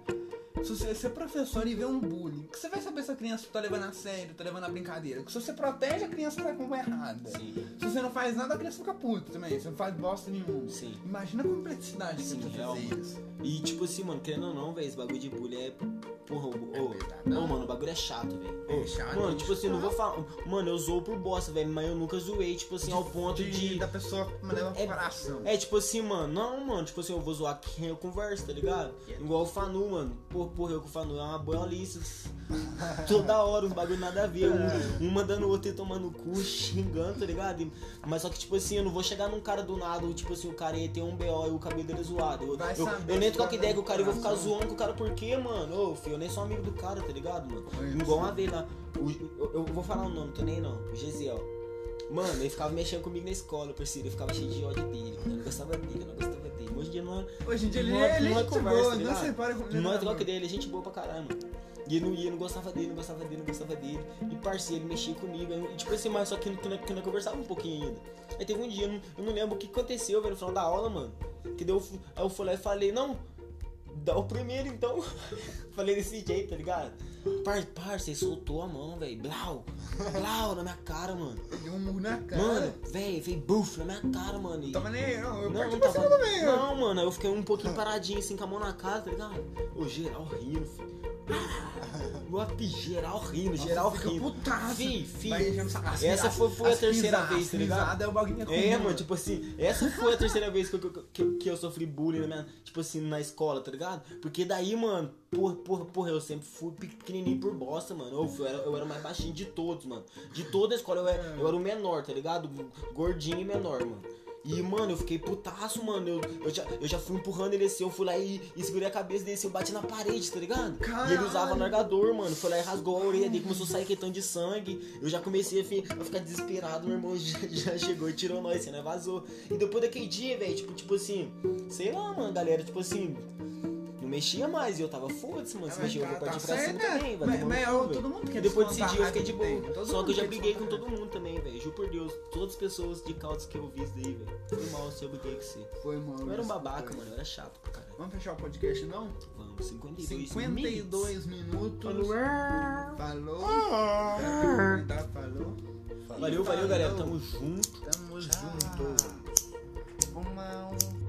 Se você ser professor e ver um bullying, que você vai saber se a criança tá levando a sério, tá levando a brincadeira. Se você protege, a criança vai como errada. Sim. Se você não faz nada, a criança fica puta também. Você não faz bosta nenhuma. Sim. Imagina a complexidade Sim, que você real, fazer mano. isso. E tipo assim, mano, querendo ou não, velho, esse bagulho de bullying é. Porra, ô, ô, pesadão. ô, mano, o bagulho é chato, velho. É Ô, chato, Mano, tipo é assim, não vou falar. Mano, eu zoo por bosta, velho, mas eu nunca zoei, tipo assim, ao ponto de. da pessoa levar pro É- coração. É tipo assim, mano, não, mano, tipo assim, eu vou zoar quem eu converso, tá ligado? Igual o Fanu, mano. Porra, porra, eu com o Fanu é uma boiolice. Toda hora, uns bagulho nada a ver. Um, um mandando o outro e tomando o cu, xingando, tá ligado? E- mas só que, tipo assim, eu não vou chegar num cara do nada, ou, tipo assim, o cara ia ter um BO e o cabelo dele é zoado. Eu, Vai eu, saber eu nem se troco vai ideia dar com o cara e vou ficar coração. zoando com o cara por quê, mano? Ô, filho, eu nem sou amigo do cara, tá ligado, mano? Olha Igual só. uma vez lá, o- eu, eu vou falar o nome, tô nem aí, não, o Gesiel. Mano, ele ficava mexendo comigo na escola, parceiro. Eu ficava cheio de ódio dele. Eu não gostava dele, eu não gostava dele. Hoje em dia não, Hoje em dia ele não é é- ele é não é gente conversa, boa, tá não ligado? separa com não é namoro. troca dele, é gente boa pra caralho, mano. E eu não ia, eu não gostava dele, não gostava dele, não gostava dele. E parceiro, ele mexia comigo. aí, E tipo assim, mas só que, não- que, não- que não conversava um pouquinho ainda. Aí teve um dia, eu não, eu não lembro o que aconteceu, velho, no final da aula, mano. Que deu, aí eu fui lá e falei, não, dá o primeiro então. falei desse jeito, tá ligado? Par, parceiro, soltou a mão, velho. Blau, blau na minha cara, mano. Deu um murro na cara. Mano, velho, veio buf na minha cara, mano. E... Tava nem aí, não. Eu Não, parti não pra tava. cima também. ó. Não, mano, eu fiquei um pouquinho paradinho, assim, com a mão na cara, tá ligado? O geral rindo, filho. Ah, geral rindo, Nossa, geral fica rindo. putaço. tá Fi, Vai fi. enchendo essa- as Essa risadas- foi, foi a as terceira risadas, vez, tá as ligado? risadas é o bagulho que É, comum, mano, tipo assim, essa foi a terceira vez que eu, que, eu- que eu- que eu sofri bullying na minha, tipo assim, na escola, tá ligado? Porque daí, mano, porra, porra, porra, eu sempre fui pequenininho por bosta, mano. Eu, eu era, eu era o mais baixinho de todos, mano. De toda a escola eu era, eu era o menor, tá ligado? Gordinho e menor, mano. E, mano, eu fiquei putaço, mano. Eu, eu, já, eu já fui empurrando ele assim, eu fui lá e, e segurei a cabeça dele assim, eu bati na parede, tá ligado? E ele usava Caralho. largador, mano. Foi lá e rasgou a orelha dele, começou a sair quentão de sangue. Eu já comecei a, fi- a ficar desesperado, meu irmão já, já chegou e tirou nós, né? Vazou. E depois daquele dia, velho, tipo, tipo assim, sei lá, mano, galera, tipo assim, não mexia mais. E eu tava foda-se, mano. Ah, Se mas mexer, eu vou tá- partir tá pra cima certo, né? também, vai Mas- tomar no mas cu, eu- assim, velho. todo mundo quer E depois desse descontar dia eu fiquei de raiva que boa. tem, todo Só mundo que eu já quer briguei com descontar todo mundo também, velho. Juro por Deus, todas as pessoas de caldas que eu vi isso daí, velho. Foi mal se eu briguei com você. Foi, mano. Eu era um babaca, Foi. mano. Eu era chato pra caralho. Vamos fechar o podcast, não? Vamos, 52 minutos. 52 minutos. Falou. Tá, falou. Tá, Valeu, valeu, Falou. galera. Tamo junto. Tamo junto. Uma, um...